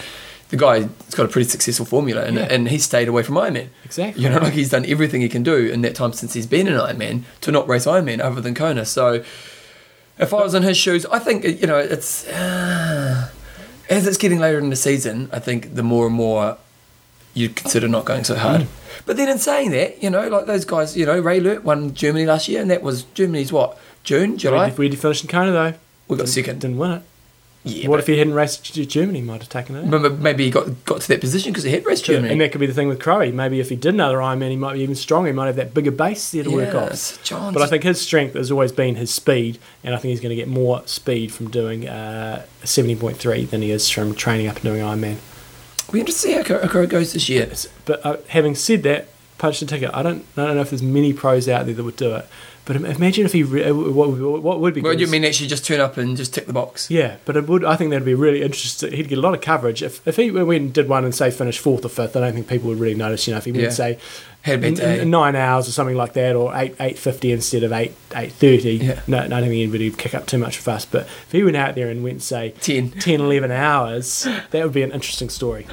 S1: the guy's got a pretty successful formula, and
S2: Yeah.
S1: and he stayed away from Ironman.
S2: Exactly.
S1: You know, like he's done everything he can do in that time since he's been an Ironman to not race Ironman other than Kona. So, if I was in his shoes, I think you know it's uh, as it's getting later in the season. I think the more and more you consider not going so hard. But then in saying that, you know, like those guys, you know, Ray Lurt won Germany last year, and that was Germany's what June,
S2: Where
S1: July.
S2: did, where did he finish in Kona though?
S1: We got
S2: Didn't-
S1: second.
S2: Didn't win it.
S1: Yeah,
S2: what
S1: but-
S2: if he hadn't raced G- Germany? he Might have taken it. out.
S1: but maybe he got got to that position because he had raced Germany.
S2: And that could be the thing with Crowe. Maybe if he did another Ironman, he might be even stronger. He might have that bigger base there to work off.
S1: Yes, John.
S2: But I think his strength has always been his speed, and I think he's going to get more speed from doing uh, 70.3 than he is from training up and doing Ironman.
S1: we have to see how Crowe Crowe goes this year.
S2: It's- But uh, having said that, punch the ticket. I don't, I don't know if there's many pros out there that would do it. But im- imagine if he, re- uh, what, what what would be
S1: Well,
S2: good
S1: you
S2: is-
S1: mean actually just turn up and just tick the box?
S2: Yeah, but it would. I think that'd be really interesting. He'd get a lot of coverage if, if he went and did one and say finished fourth or fifth. I don't think people would really notice. You know, if he went
S1: Yeah.
S2: say
S1: Had a bad
S2: n- n-
S1: day.
S2: nine hours or something like that, or eight eight fifty instead of eight eight thirty.
S1: Yeah.
S2: No, no, I don't think anybody would kick up too much of fuss. But if he went out there and went say
S1: 10.
S2: 10, 11 hours, that would be an interesting story.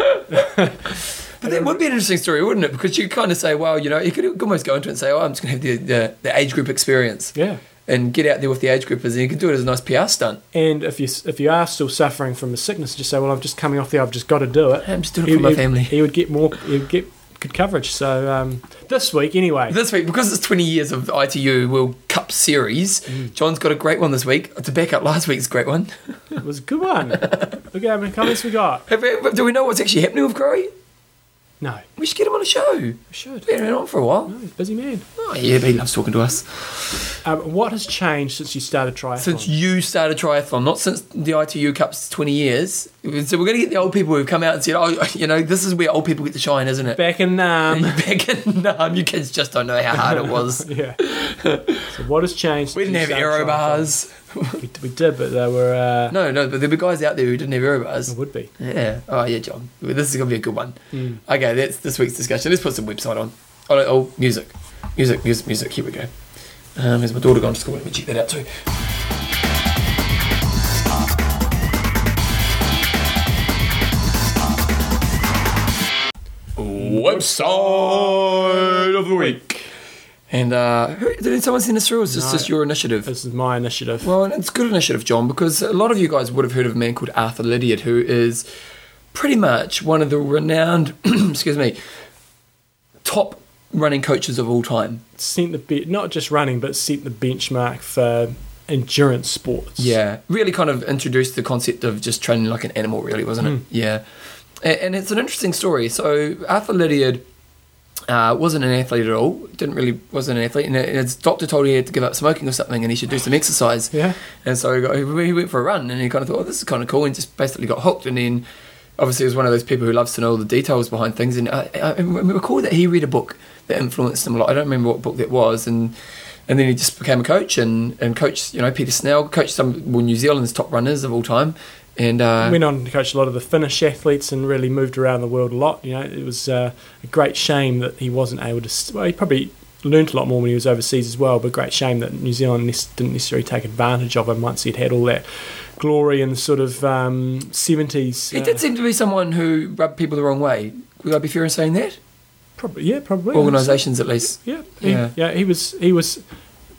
S1: But that would be an interesting story, wouldn't it? Because you kind of say, well, you know, you could almost go into it and say, oh, I'm just going to have the, the, the age group experience
S2: Yeah.
S1: and get out there with the age groupers and you can do it as a nice PR stunt.
S2: And if you s- if you are still suffering from a sickness, just say, well, I'm just coming off there. I've just got to do it.
S1: I'm just doing it
S2: He-
S1: for my
S2: he-
S1: family.
S2: He would get more. He would get good coverage. So um, this week, anyway.
S1: This week, because it's 20 years of ITU World Cup Series, John's got a great one this week to back up last week's great one.
S2: It was a good one. Look how many comments we got.
S1: Have we- Do we know what's actually happening with Crowe?
S2: No,
S1: We should get him on a show. We've
S2: we should.
S1: been around for a while.
S2: No, he's a busy man.
S1: Oh, yeah, but he loves talking to us.
S2: Um, what has changed since you started triathlon?
S1: Since you started triathlon, not since the ITU Cup's 20 years. So we're going to get the old people who've come out and said, oh, you know, this is where old people get to shine, isn't it?
S2: Back in
S1: And
S2: um,
S1: you back in Nam. You kids just don't know how hard it was.
S2: yeah. So what has changed?
S1: We didn't
S2: since you
S1: have
S2: started
S1: aero
S2: triathlon?
S1: bars.
S2: We, we did, but they were. Uh,
S1: No, no, but there'd be guys out there who didn't have aero bars.
S2: Would be.
S1: Yeah. Oh, yeah, John. This is going to be a good one. Okay, that's this week's discussion. Let's put some website on. Oh, no, oh music. Music, music, music. Here we go. Um, here's my daughter gone to school. Let me check that out too. Website of the week. And uh, who, did someone send this through? Or is this
S2: No.
S1: just your initiative?
S2: This is my initiative.
S1: Well, and it's a good initiative, John, because a lot of you guys would have heard of a man called Arthur Lydiard, who is pretty much one of the renowned, excuse me, top running coaches of all time.
S2: Set the be- not just running, but set the benchmark for endurance sports.
S1: Yeah, really kind of introduced the concept of just training like an animal, really, wasn't it? Yeah, and, and it's an interesting story. So Arthur Lydiard Uh, wasn't an athlete at all. Didn't really wasn't an athlete, and his doctor told him he had to give up smoking or something, and he should do some exercise.
S2: Yeah.
S1: And so he, got, he he went for a run, and he kind of thought, "Oh, this is kind of cool," and just basically got hooked. And then, obviously, he was one of those people who loves to know all the details behind things. And I, I, I recall that he read a book that influenced him a lot. I don't remember what book that was, and and then he just became a coach and and coached you know Peter Snell, coached some well, New Zealand's top runners of all time, and uh,
S2: Went on to coach a lot of the Finnish athletes and really moved around the world a lot. You know, it was uh, a great shame that he wasn't able to. s- Well, he probably learnt a lot more when he was overseas as well, but great shame that New Zealand nes- didn't necessarily take advantage of him once he'd had all that glory in the sort of um, 70s.
S1: he
S2: uh,
S1: did seem to be someone who rubbed people the wrong way. Would I be fair in saying that?
S2: Probably, yeah, probably.
S1: Organisations, at least.
S2: Yeah, he,
S1: Yeah.
S2: yeah, He was, he was.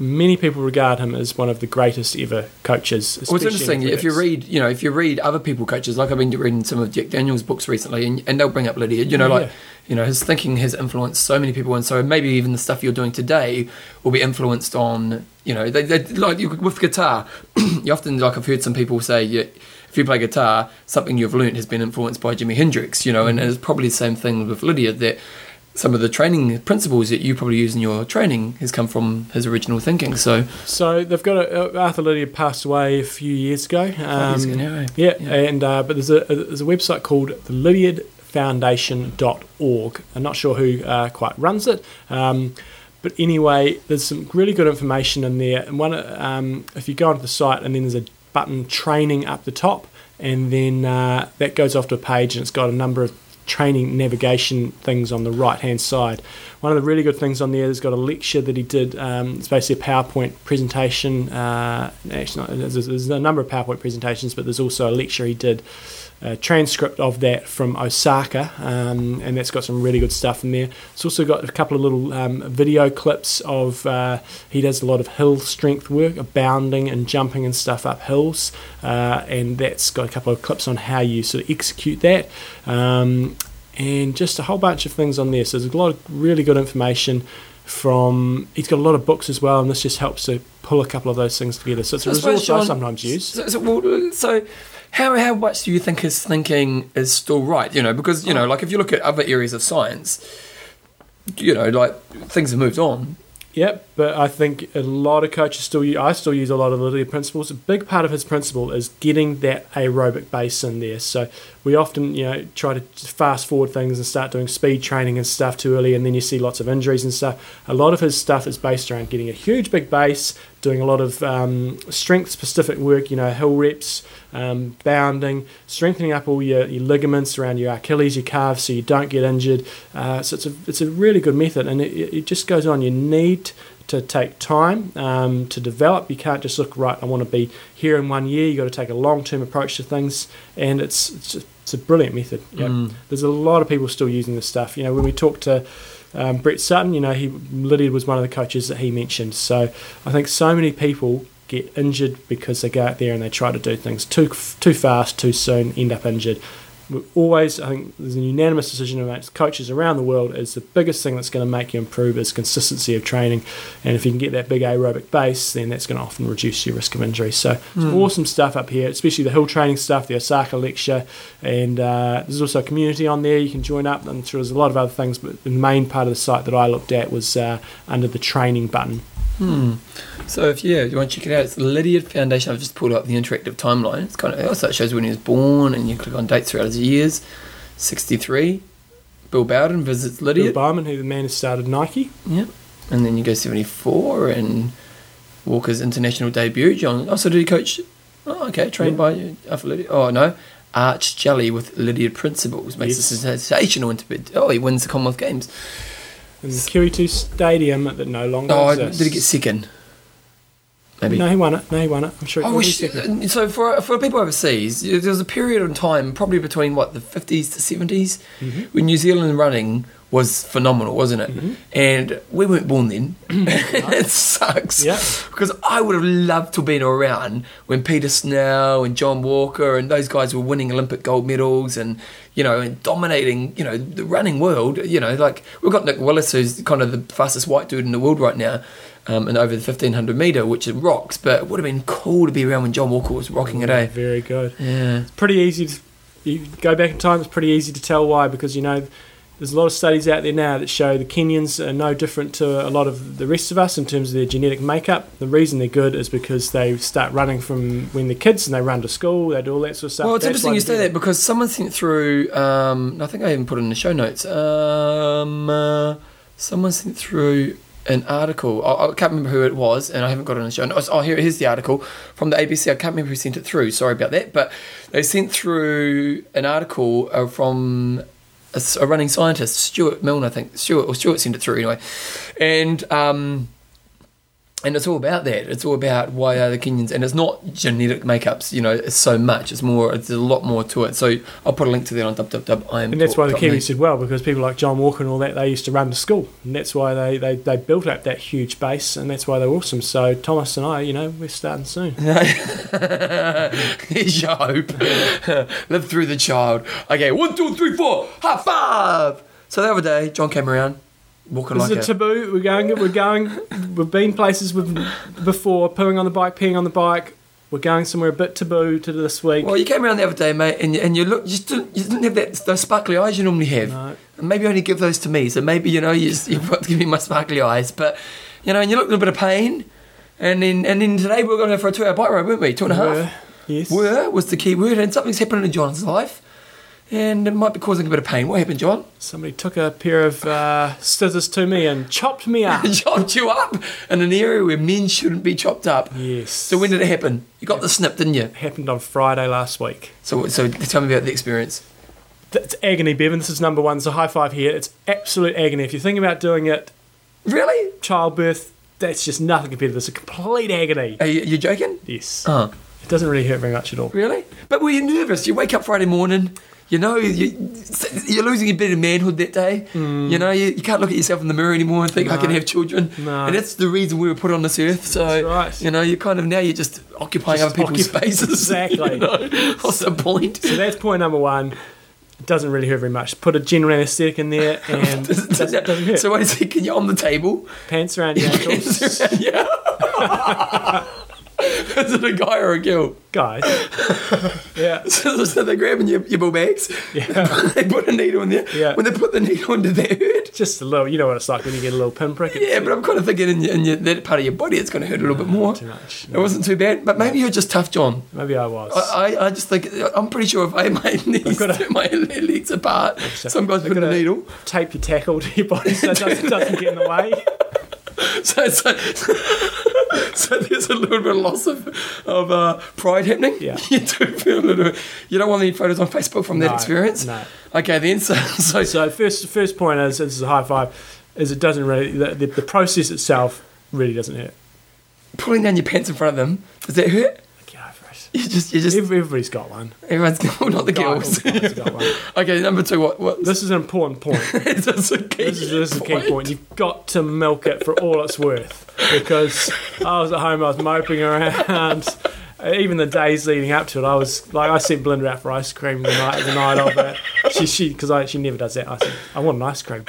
S2: Many people regard him as one of the greatest ever coaches.
S1: Well, it's
S2: especially in
S1: interesting if you
S2: athletics.
S1: read, you know, if you read other people coaches, like I've been reading some of Jack Daniels' books recently, and, and they'll bring up Lydia. You know,
S2: Yeah.
S1: like, you know, his thinking has influenced so many people, and so maybe even the stuff you're doing today will be influenced on, you know, they, they like you, with guitar. you often like I've heard some people say, yeah, if you play guitar, something you've learnt has been influenced by Jimi Hendrix. You know, and it's probably the same thing with Lydia that. Some of the training principles that you probably use in your training has come from his original thinking. So,
S2: So they've got a, uh, Arthur Lydia passed away a few years ago. Um,
S1: years ago now, eh?
S2: Yeah,
S1: Yeah.
S2: and uh, but there's a there's a website called the Lydiard Foundation.org. I'm not sure who uh, quite runs it. Um, but anyway, there's some really good information in there. And one, uh, um, if you go onto the site, and then there's a button training up the top, and then uh, that goes off to a page, and it's got a number of training navigation things on the right hand side. One of the really good things on there is got a lecture that he did. Um, it's basically a PowerPoint presentation. Uh, actually, no, there's, there's a number of PowerPoint presentations, but there's also a lecture he did, a transcript of that from Osaka, um, and that's got some really good stuff in there. It's also got a couple of little um, video clips of uh, he does a lot of hill strength work, of bounding and jumping and stuff up hills, uh, and that's got a couple of clips on how you sort of execute that. Um, and just a whole bunch of things on there. So there's a lot of really good information from. He's got a lot of books as well, and this just helps to pull a couple of those things together. So it's a
S1: I suppose,
S2: resource I
S1: John,
S2: sometimes use.
S1: So, so, well, so how, how much do you think his thinking is still right? You know, because, you know, like if you look at other areas of science, you know, like things have moved on.
S2: Yep, but I think a lot of coaches still. u- I still use a lot of Lydia principles. A big part of his principle is getting that aerobic base in there. So we often, you know, try to fast forward things and start doing speed training and stuff too early, and then you see lots of injuries and stuff. A lot of his stuff is based around getting a huge big base, doing a lot of um, strength specific work. You know, hill reps, um, bounding, strengthening up all your, your ligaments around your Achilles, your calves, so you don't get injured. Uh, so it's a it's a really good method, and it, it it just goes on. You need to take time um, to develop. You can't just look right. I want to be here in one year. You got to take a long term approach to things, and it's it's, just, it's a brilliant method. Yep. There's a lot of people still using this stuff. You know, when we talk to um, Brett Sutton, you know, he Lydia was one of the coaches that he mentioned. So I think so many people get injured because they go out there and they try to do things too f- too fast, too soon, end up injured. We're always, I think there's a unanimous decision amongst coaches around the world is the biggest thing that's going to make you improve is consistency of training, and if you can get that big aerobic base, then that's going to often reduce your risk of injury. So it's
S1: Hmm.
S2: awesome stuff up here, especially the hill training stuff, the Osaka lecture, and uh, there's also a community on there you can join up. And sure there's a lot of other things, but the main part of the site that I looked at was uh, under the training button.
S1: So if yeah, you want to check it out, it's the Lydiard Foundation. I've just pulled up the interactive timeline. It's kind of also it shows when he was born, and you click on dates throughout his years. Sixty-three, Bill Bowden visits
S2: Bill
S1: Lydiard.
S2: Barman, who the man who started Nike,
S1: yeah, and then you go seventy-four, and Walker's international debut. John, also did he coach? Oh, okay, trained by Alpha Lydiard. Oh no, Arch Jelly with Lydiard principles makes
S2: Yes.
S1: a sensational interview. Oh, he wins the Commonwealth Games.
S2: in the Kirito Stadium that no longer
S1: Oh,
S2: exists.
S1: did he get second? Maybe.
S2: No, he won it. No, he won it. I'm sure. he
S1: I
S2: won
S1: wish. uh,
S2: it.
S1: So for for people overseas, there was a period of time, probably between what the fifties to 70s
S2: Mm-hmm.
S1: when New Zealand running was phenomenal, wasn't it? And we weren't born then. it sucks.
S2: Mm-hmm. Yeah.
S1: Because I would have loved to have been around when Peter Snell and John Walker and those guys were winning Olympic gold medals and you know and dominating you know the running world. You know, like we've got Nick Willis, who's kind of the fastest white dude in the world right now. Um, and over the 1500 meter, which it rocks, but it would have been cool to be around when John Walker was rocking it, eh?
S2: Very good.
S1: Yeah.
S2: It's pretty easy. To, you go back in time. It's pretty easy to tell why because you know there's a lot of studies out there now that show the Kenyans are no different to a lot of the rest of us in terms of their genetic makeup. The reason they're good is because they start running from when they're kids and they run to school, they do all that sort of stuff.
S1: Well, it's
S2: That's why
S1: interesting you
S2: they
S1: say that
S2: do
S1: because someone sent through. Um, I think I even put it in the show notes. Um, uh, someone sent through an article. I, I can't remember who it was, and I haven't got it in the show notes. Oh, here here's the article from the ABC. I can't remember who sent it through. Sorry about that, but they sent through an article uh, from a, s- a running scientist, Stuart Milne, I think. Stuart or Stuart sent it through anyway, and. Um, and it's all about that. It's all about why are the Kenyans, and it's not genetic makeups. You know, it's so much. It's more. It's a lot more to it. So I'll put a link to that on www. I am.
S2: And that's why the Kiwis did well because people like John Walker and all that they used to run to school, and that's why they, they, they built up that huge base, and that's why they're awesome. So Thomas and I, you know, we're starting soon.
S1: Here's your hope. Live through the child. Okay, one, two, three, four. High five. So the other day, John came around, walking
S2: This
S1: like
S2: is a taboo. We're going. We're going. We've been places with before. Pooing on the bike, peeing on the bike. We're going somewhere a bit taboo to this week.
S1: Well, you came around the other day, mate, and you, and you look you just didn't, you didn't have that those sparkly eyes you normally have.
S2: No.
S1: And maybe you only give those to me, so maybe you know you just, you've got to give me my sparkly eyes. But you know, and you looked in a bit of pain, and then and then today we were going to go for a two-hour bike ride, weren't we? Two and a half.
S2: Were, yes.
S1: Were was the key word, and something's happened in John's life, and it might be causing a bit of pain. What happened, John?
S2: Somebody took a pair of uh, scissors to me and chopped me up.
S1: Chopped you up in an area where men shouldn't be chopped up.
S2: yes.
S1: So when did it happen? You got the snip, didn't you?
S2: happened on Friday last week.
S1: So so tell me about the experience.
S2: It's agony, Bevan. This is number one. So high five here. It's absolute agony. If you think about doing it,
S1: Really?
S2: childbirth, that's just nothing compared to this. A complete agony.
S1: Are you, you joking?
S2: Yes.
S1: Oh.
S2: It doesn't really hurt very much at all.
S1: Really? But were you nervous? You wake up Friday morning, you know, you, you're losing a bit of manhood that day. You know, you, you can't look at yourself in the mirror anymore and think, I can
S2: Hmm. No.
S1: have children.
S2: No.
S1: And that's the reason we were put on this earth. So,
S2: That's right.
S1: you know, you're kind of now you're just occupying
S2: Just
S1: other people's
S2: occupy-
S1: spaces.
S2: Exactly.
S1: You know? What's the point?
S2: So that's point number one. It doesn't really hurt very much. Put a general anesthetic in there and doesn't, doesn't hurt.
S1: So, what is it? Can you on the table?
S2: Pants around your ankles.
S1: yeah. is it a guy or a girl?
S2: Guys. Yeah.
S1: So, so they're grabbing your, your ball bags.
S2: Yeah.
S1: they put a needle in there.
S2: Yeah.
S1: When they put the needle in, did that hurt?
S2: Just a little. You know what it's like when you get a little pinprick. It's
S1: Yeah, but I'm kind of thinking in, your, in your, that part of your body it's going to hurt a little bit more.
S2: too much.
S1: It wasn't too bad, but maybe you're just tough, John.
S2: Maybe I was.
S1: I, I, I just think I'm pretty sure if I made knees,
S2: gotta-
S1: my legs apart, some guys
S2: I've
S1: put a
S2: gotta-
S1: needle.
S2: Tape your tackle to your body so it doesn't, doesn't get in the way.
S1: So, so, so there's a little bit of loss of, of uh, pride happening.
S2: Yeah.
S1: you do feel a little. You don't want any photos on Facebook from that
S2: No,
S1: experience.
S2: no.
S1: Okay, then. So, so,
S2: So first, first point is this is a high five. Is it doesn't really the, the, the process itself really doesn't hurt.
S1: pulling down your pants in front of them does that hurt?
S2: Get over it.
S1: You just, you just.
S2: Every- Everybody's got one.
S1: everyone's well, not the
S2: Guy- all
S1: girls.
S2: guys got one.
S1: okay, number two. What? What?
S2: This is an important point.
S1: It's just a key
S2: This is, this is a key point. You've got to milk it for all it's worth. Because I was at home, I was moping around. Even the days leading up to it, I was like, I sent Belinda out for ice cream the night the night of it. She she because I she never does that. I said I want an ice cream,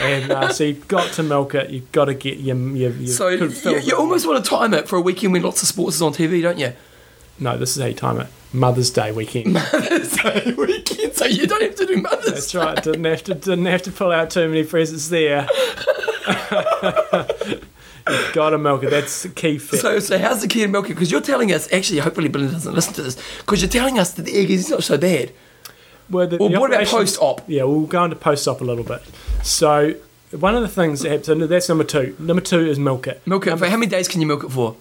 S2: and uh, so you've got to milk it. You've got to get your your. your
S1: So you,
S2: fulfilled-
S1: you almost want to time it for a weekend when lots of sports is on TV, don't you?
S2: no. This is how you time it. Mother's Day weekend.
S1: so weekend, so you don't have to do mothers.
S2: That's right. Didn't have to didn't have to pull out too many presents there. You've got to milk it. That's the key fit.
S1: So, so how's the key to milking? Because you're telling us, actually, hopefully Belinda doesn't listen to this, because you're telling us that the egg is not so bad.
S2: Well, the,
S1: Well,
S2: the
S1: what about
S2: operation-
S1: post-op?
S2: Yeah, we'll go into post op a little bit. So, one of the things that happens, and that's number two. Number two is milk it.
S1: Milk it. For how many days can you milk it for?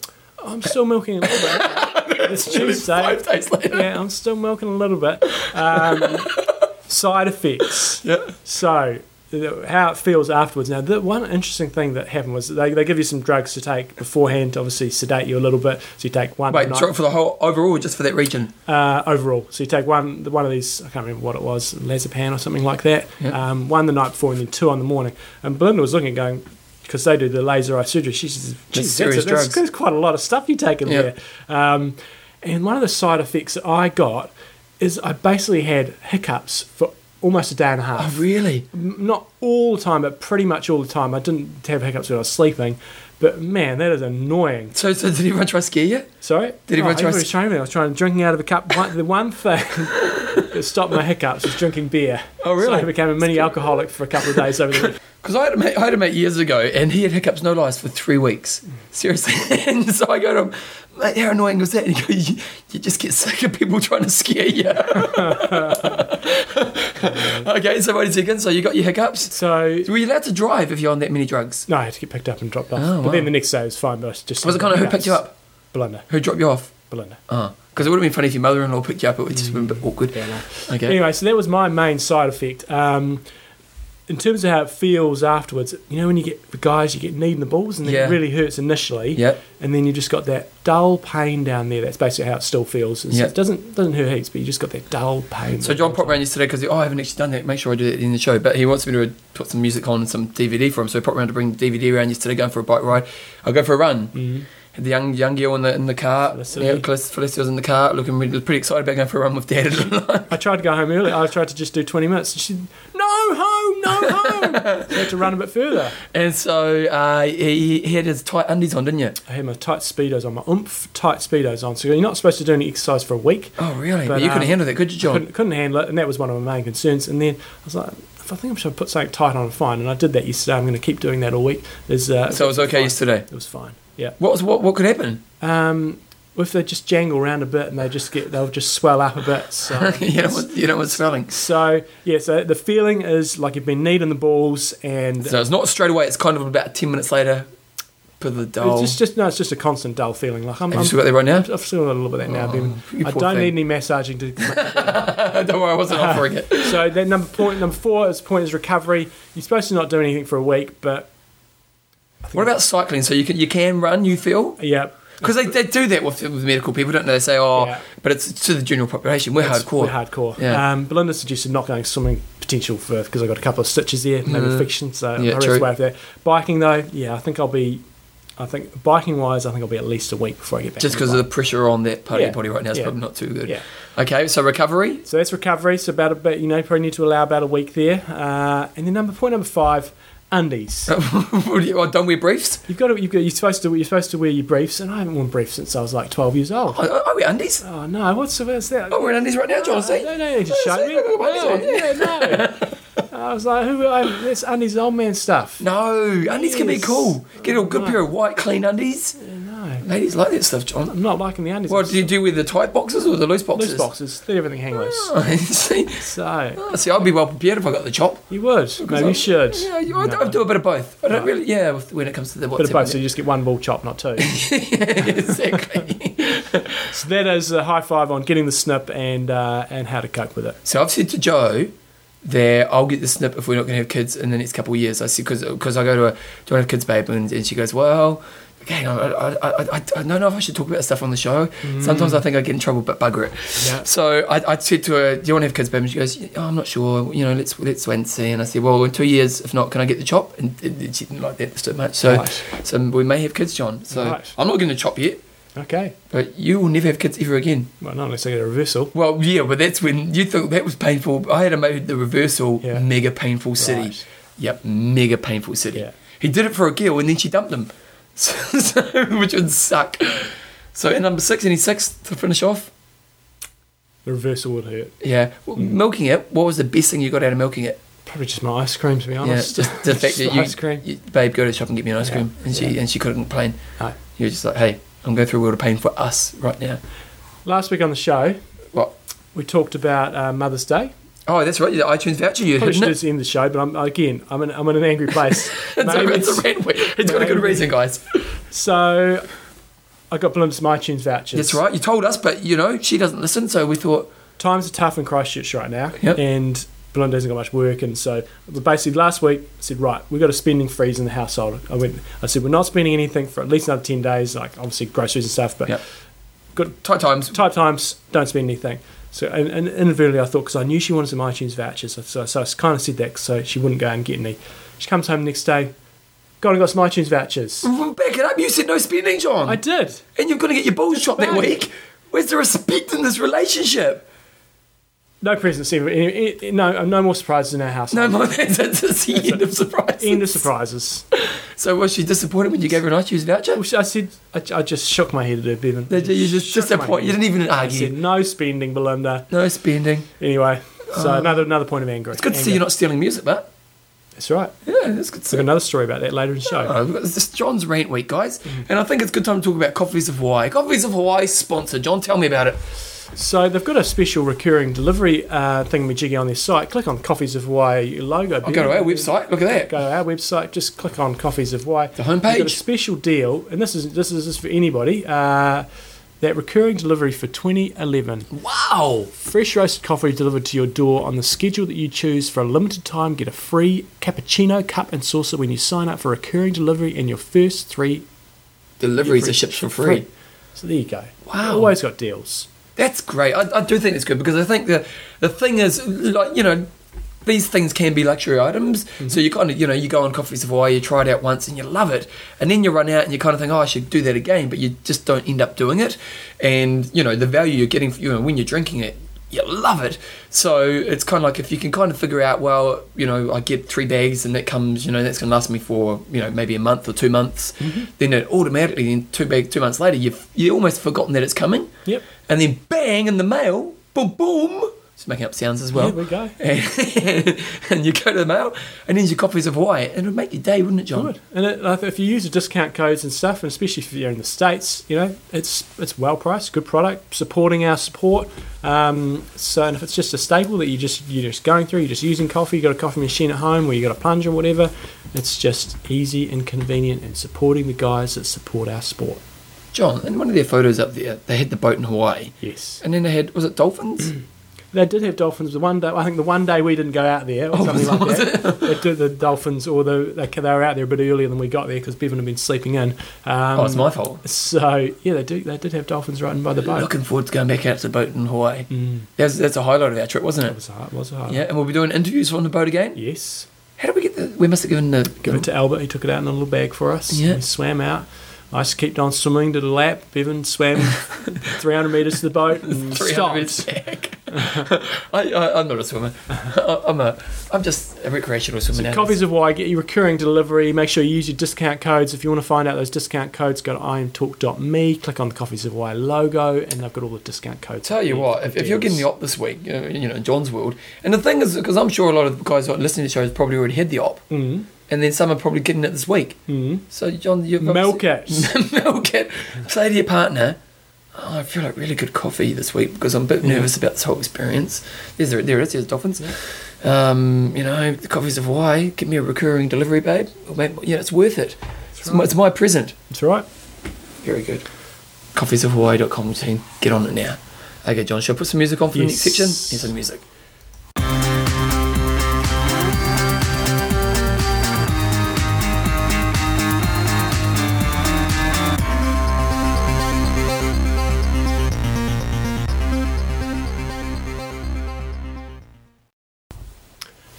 S2: I'm still milking a little bit. it's Tuesday.
S1: Five days later.
S2: Yeah, I'm still milking a little bit. Um, side effects.
S1: Yeah.
S2: So, th- how it feels afterwards. Now, the one interesting thing that happened was they, they give you some drugs to take beforehand to obviously sedate you a little bit. So, you take one
S1: Wait,
S2: night-
S1: so for the whole overall, or just for that region.
S2: uh, overall. So you take one one of these, I can't remember what it was, Lazapan or something like that.
S1: Yeah.
S2: Um, one the night before and then two on the morning. And Belinda was looking, going, because they do the laser eye surgery. She says, "Geez, that's,
S1: serious
S2: a- that's-
S1: drugs."
S2: that's quite a lot of stuff you take in
S1: Yeah.
S2: there." Um, and one of the side effects that I got is I basically had hiccups for almost a day and a half
S1: Oh, really?
S2: m- not all the time, but pretty much all the time. I didn't have hiccups when I was sleeping, but man, that is annoying.
S1: So, so did everyone try to scare you?
S2: Sorry? Oh,
S1: Did he
S2: No,
S1: run to
S2: I
S1: us-
S2: was trying I was trying drinking out of a cup. One, the one thing It stopped my hiccups. Was drinking beer.
S1: Oh,
S2: So
S1: really?
S2: I became a mini alcoholic for a couple of days over the.
S1: Because I, had a mate- I had a mate years ago and he had hiccups, no lies, for three weeks. Seriously. and so I go to him, mate, how annoying was that? And he goes, you, you just get sick of people trying to scare you. okay, so wait a second. So you got your hiccups?
S2: So
S1: Were you allowed to drive if you're on that many drugs?
S2: no, I had to get picked up and dropped off.
S1: Oh,
S2: But
S1: wow.
S2: then the next day it was fine. But I was just
S1: Was it kind of who picked you up?
S2: Belinda.
S1: Who dropped you off?
S2: Belinda.
S1: Because it would have been funny if your mother in law picked you up, it would just been a bit awkward.
S2: Mm. Yeah, no.
S1: Okay.
S2: Anyway, so that was my main side effect. Um, in terms of how it feels afterwards, you know, when you get the guys, you get kneed in the balls, and then
S1: Yeah.
S2: it really hurts initially.
S1: Yep.
S2: And then you just got that dull pain down there. That's basically how it still feels. It's-
S1: Yep.
S2: It doesn't doesn't hurt heaps, but you just got that dull pain.
S1: So John popped round yesterday because oh, I haven't actually done that. Make sure I do that at the end of the show. But he wants me to put some music on and some DVD for him. So he popped round to bring DVD around yesterday, going for a bike ride. I'll go for a run.
S2: Mhm.
S1: Had the young young girl in the in the car.
S2: Felicity.
S1: Yeah, Felis- Felicity was in the car, looking really, pretty excited about going for a run with Dad.
S2: I tried to go home early. I tried to just do twenty minutes. and She, no home, no home. so I had to run a bit further.
S1: and so uh, he, he had his tight undies on, didn't you?
S2: I had my tight speedos on, my oomph tight speedos on. So you're not supposed to do any exercise for a week.
S1: Oh, really? But,
S2: But,
S1: you couldn't
S2: um,
S1: handle that, could you, John?
S2: couldn't, couldn't handle it, and that was one of my main concerns. And then I was like, if I think I'm sure I put something tight on, fine. And I did that yesterday. I'm going to keep doing that all week. There's, uh,
S1: So it was okay
S2: fine.
S1: yesterday.
S2: It was fine. Yeah.
S1: What was what? What could happen?
S2: Um, if they just jangle around a bit and they just get, they'll just swell up a bit. So.
S1: you know, what- you know what's smelling.
S2: So yeah, so the feeling is like you've been kneading the balls, and
S1: So it's not straight away. It's kind of about ten minutes later. Put the
S2: it's
S1: doll.
S2: just, just no, it's just a constant dull feeling. Like I'm,
S1: Have you
S2: I'm
S1: still got that right now?
S2: I've still got a little bit of that now.
S1: Oh,
S2: but even-
S1: you
S2: I
S1: poor
S2: don't
S1: thing.
S2: need any massaging to
S1: Uh, Don't worry, I wasn't offering it.
S2: So then number point number four is point is recovery. You're supposed to not do anything for a week, but I think
S1: What about cycling? So you can you can run, you feel?
S2: yeah?
S1: Because they, they do that with, with medical people, don't they? They say, oh,
S2: Yeah.
S1: but it's to the general population. We're
S2: It's-
S1: hardcore.
S2: We're hardcore.
S1: Yeah.
S2: Um, Belinda suggested not going swimming potential for because I got a couple of stitches there, maybe fiction. So
S1: Mm-hmm. Yeah,
S2: I rest
S1: true.
S2: away from that. Biking though, yeah, I think I'll be. I think biking wise, I think I'll be at least a week before I get back.
S1: Just
S2: on the
S1: because of the
S2: bike.
S1: pressure on that part
S2: Yeah.
S1: of your body right now is
S2: Yeah.
S1: probably not too good.
S2: yeah.
S1: Okay, so recovery.
S2: So that's recovery. So about a bit, you know, probably need to allow about a week there. Uh, and then number point number five, undies.
S1: well, oh, don't wear briefs.
S2: You've got to, you've got, you're supposed to, you're supposed to wear your briefs, and I haven't worn briefs since I was like 12 years old.
S1: I, I, I wear undies.
S2: Oh no! What's the what's that?
S1: I'm wearing undies right now, John.
S2: no,
S1: See?
S2: no, no, just
S1: Oh,
S2: show
S1: see,
S2: me.
S1: look at my
S2: No,
S1: undies
S2: yeah, no. I was like, who? I, that's undies, old man stuff.
S1: No, undies can be
S2: Yes.
S1: cool. Get a good
S2: no.
S1: pair of white, clean undies.
S2: Yeah, no,
S1: Ladies like that stuff, John.
S2: I'm not liking the undies.
S1: What do you do with the tight boxes or the loose boxes?
S2: loose boxes? Let everything hang loose.
S1: Oh, see,
S2: So
S1: oh, see, I'd be well prepared if I got the chop.
S2: you would, maybe
S1: I-
S2: you should.
S1: Yeah, you,
S2: No.
S1: I, I do a bit of both. I don't
S2: No.
S1: really, yeah, with- when it comes to the WhatsApp.
S2: Bit of both, so you just get one ball chop, not two.
S1: exactly.
S2: so that is a high five on getting the snip and uh, and how to cope with it.
S1: so I've said to Joe that I'll get the snip if we're not going to have kids in the next couple of years. I said, because I go to her, do you want to have kids, babe? And, and she goes, well, okay, I, I, I, I, I don't know if I should talk about stuff on the show. Sometimes I think I get in trouble, but bugger it.
S2: Mm. Yeah.
S1: So I, I said to her, do you want to have kids, babe? And she goes, oh, I'm not sure. You know, let's, let's wait and see. And I said, well, in two years, if not, can I get the chop? And, and she didn't like that so much. So,
S2: Right.
S1: so um, we may have kids, John. So
S2: Right.
S1: I'm not going to chop yet.
S2: Okay.
S1: But you will never have kids ever again.
S2: Well, not unless I get a reversal.
S1: Well, yeah, but that's when you thought that was painful. I had a mate who had the reversal,
S2: Yeah.
S1: mega painful city.
S2: Right.
S1: Yep, mega painful city.
S2: Yeah.
S1: He did it for a girl and then she dumped him, so, so, which would suck. So at number six, any six to finish off?
S2: The reversal would hurt.
S1: Yeah. Well,
S2: Mm.
S1: Milking it, what was the best thing you got out of milking it?
S2: Probably just my ice cream, to be honest.
S1: Yeah, just the fact that
S2: the
S1: you,
S2: ice cream.
S1: you- babe, go to the shop and get me an ice
S2: Yeah.
S1: cream. And she
S2: Yeah.
S1: and she couldn't complain.
S2: No.
S1: You were just like, hey, I'm going through a world of pain for us right now.
S2: Last week on the show,
S1: What?
S2: we talked about uh, Mother's Day.
S1: Oh, that's right, the iTunes voucher you hidden
S2: Probably should
S1: it.
S2: just end the show, but I'm again, I'm in, I'm in an angry place.
S1: It's a,
S2: Maybe
S1: it's a red wig. It's got a good
S2: maybe.
S1: reason, guys.
S2: so I got Belinda some iTunes vouchers.
S1: That's right. You told us, but you know she doesn't listen, so we thought
S2: Times are tough in Christchurch right now,
S1: Yep.
S2: and Belinda hasn't got much work, and so basically last week I said, right, we've got a spending freeze in the household. I went, I said, we're not spending anything for at least another ten days, like obviously groceries and stuff, but
S1: Yep.
S2: good
S1: tight times.
S2: type times, don't spend anything. So, and, and inadvertently, I thought because I knew she wanted some iTunes vouchers, so, so, I kind of said that so she wouldn't go and get any. She comes home the next day, gone and got some iTunes vouchers.
S1: Mm. Back it up. You said no spending, John,
S2: I did.
S1: and you're going to get your balls shot that
S2: Right.
S1: week. Where's the respect in this relationship?
S2: No presents ever. any- any- No, uh, no more surprises in our house.
S1: No, no, that's, that's, that's the end of surprise.
S2: End of surprises.
S1: So was she disappointed when you gave her an iTunes voucher?
S2: Well, she- I said, I, I just shook my head at her, Bevan.
S1: Did you you just
S2: Shook my
S1: disappointed? You
S2: head.
S1: didn't even
S2: I said,
S1: argue.
S2: no spending, Belinda.
S1: No spending.
S2: Anyway, so another another point of anger.
S1: Uh. It's good to see you're not stealing music, but
S2: That's right.
S1: yeah, it's good to
S2: We've
S1: see.
S2: got another story about that later in the show.
S1: Oh, we've got this is John's rant week, guys, and I think it's a good time to talk about Coffees of Hawaii. Coffees of Hawaii sponsor. John, tell me about it.
S2: So they've got a special recurring delivery uh, thing jiggy on their site. Click on Coffees of Hawaii logo.
S1: I'll go to our website. Look at that.
S2: Go to our website. Just click on Coffees of Hawaii.
S1: The
S2: We've got a
S1: homepage.
S2: special deal, and this is this is just for anybody. Uh, that recurring delivery for 2011.
S1: Wow.
S2: Fresh roasted coffee delivered to your door on the schedule that you choose for a limited time. Get a free cappuccino cup and saucer when you sign up for recurring delivery and your first three
S1: Deliveries are shipped for free.
S2: So there you go.
S1: Wow.
S2: Always got deals.
S1: That's great. I, I do think it's good because I think the the thing is like you know these things can be luxury items.
S2: Mm-hmm.
S1: So you kind of you know you go on Coffees of Hawaii, you try it out once and you love it, and then you run out and you kind of think oh I should do that again, but you just don't end up doing it. And you know the value you're getting you know when you're drinking it. You love it, so it's kind of like if you can kind of figure out, well, you know, I get three bags and that comes, you know, that's going to last me for, you know, maybe a month or two months.
S2: Mm-hmm.
S1: Then it automatically, then two bag, two months later, you've you almost forgotten that it's coming.
S2: Yep.
S1: And then bang in the mail, boom, boom. Just making up sounds as well.
S2: Here we go.
S1: And, and you go to the mail, and here's your copies of Hawaii, and it would make your day, wouldn't it, John?
S2: Good. And it, like, if you use the discount codes and stuff, and especially if you're in the states, you know it's it's well priced, good product, supporting our support. Um, so, and if it's just a staple that you just you're just going through, you're just using coffee, you got a coffee machine at home, or you got a plunger, or whatever, it's just easy and convenient, and supporting the guys that support our sport.
S1: John, in one of their photos up there, they had the boat in Hawaii,
S2: Yes,
S1: and then they had was it dolphins?
S2: they did have dolphins. The one day, I think the one day we didn't go out there,
S1: Oh,
S2: or something like that. they did the dolphins, or the they, they were out there a bit earlier than we got there because Bevan had been sleeping in. Um,
S1: oh, it's my fault.
S2: So yeah, they do. They did have dolphins riding by the boat. Mm.
S1: Looking forward to going back out to the boat in Hawaii. That's that's a highlight of our trip,
S2: That
S1: wasn't it?
S2: was hard. Was hard.
S1: Yeah, and we'll be doing interviews on the boat again.
S2: Yes.
S1: How did we get the? We must have given the.
S2: Give it to Albert. He took it out in a little bag for us.
S1: Yeah.
S2: We swam out. I just kept on swimming, did a lap. Bevan swam 300 metres to the boat and
S1: 300 metres
S2: stopped.
S1: back. I, I, I'm not a swimmer. I, I'm a. I'm just a recreational swimmer.
S2: So
S1: now.
S2: copies of why get your recurring delivery. Make sure you use your discount codes. If you want to find out those discount codes, go to imtalk.me, click on the copies of why logo, and they've got all the discount codes.
S1: Tell you what, if, if you're getting the op this week, you know, you know, in John's world, and the thing is, because I'm sure a lot of the guys who are listening to shows probably already had the op,
S2: mm,
S1: and then some are probably getting it this week.
S2: mm,
S1: So, John, you've
S2: milk it.
S1: milk it. Say to your partner, oh, I feel like really good coffee this week because I'm a bit
S2: Mm-hmm.
S1: nervous about this whole experience. There's, the- there it is, there's dolphins. Um, you know, the coffees of Hawaii, give me a recurring delivery, babe. Or maybe, you know, it's worth it. It's, my, it's my present.
S2: That's right.
S1: Very good. Coffeesofhawaii.com team, get on it now. Okay, John, shall I put some music on for
S2: Yes.
S1: the next section? Here's some music.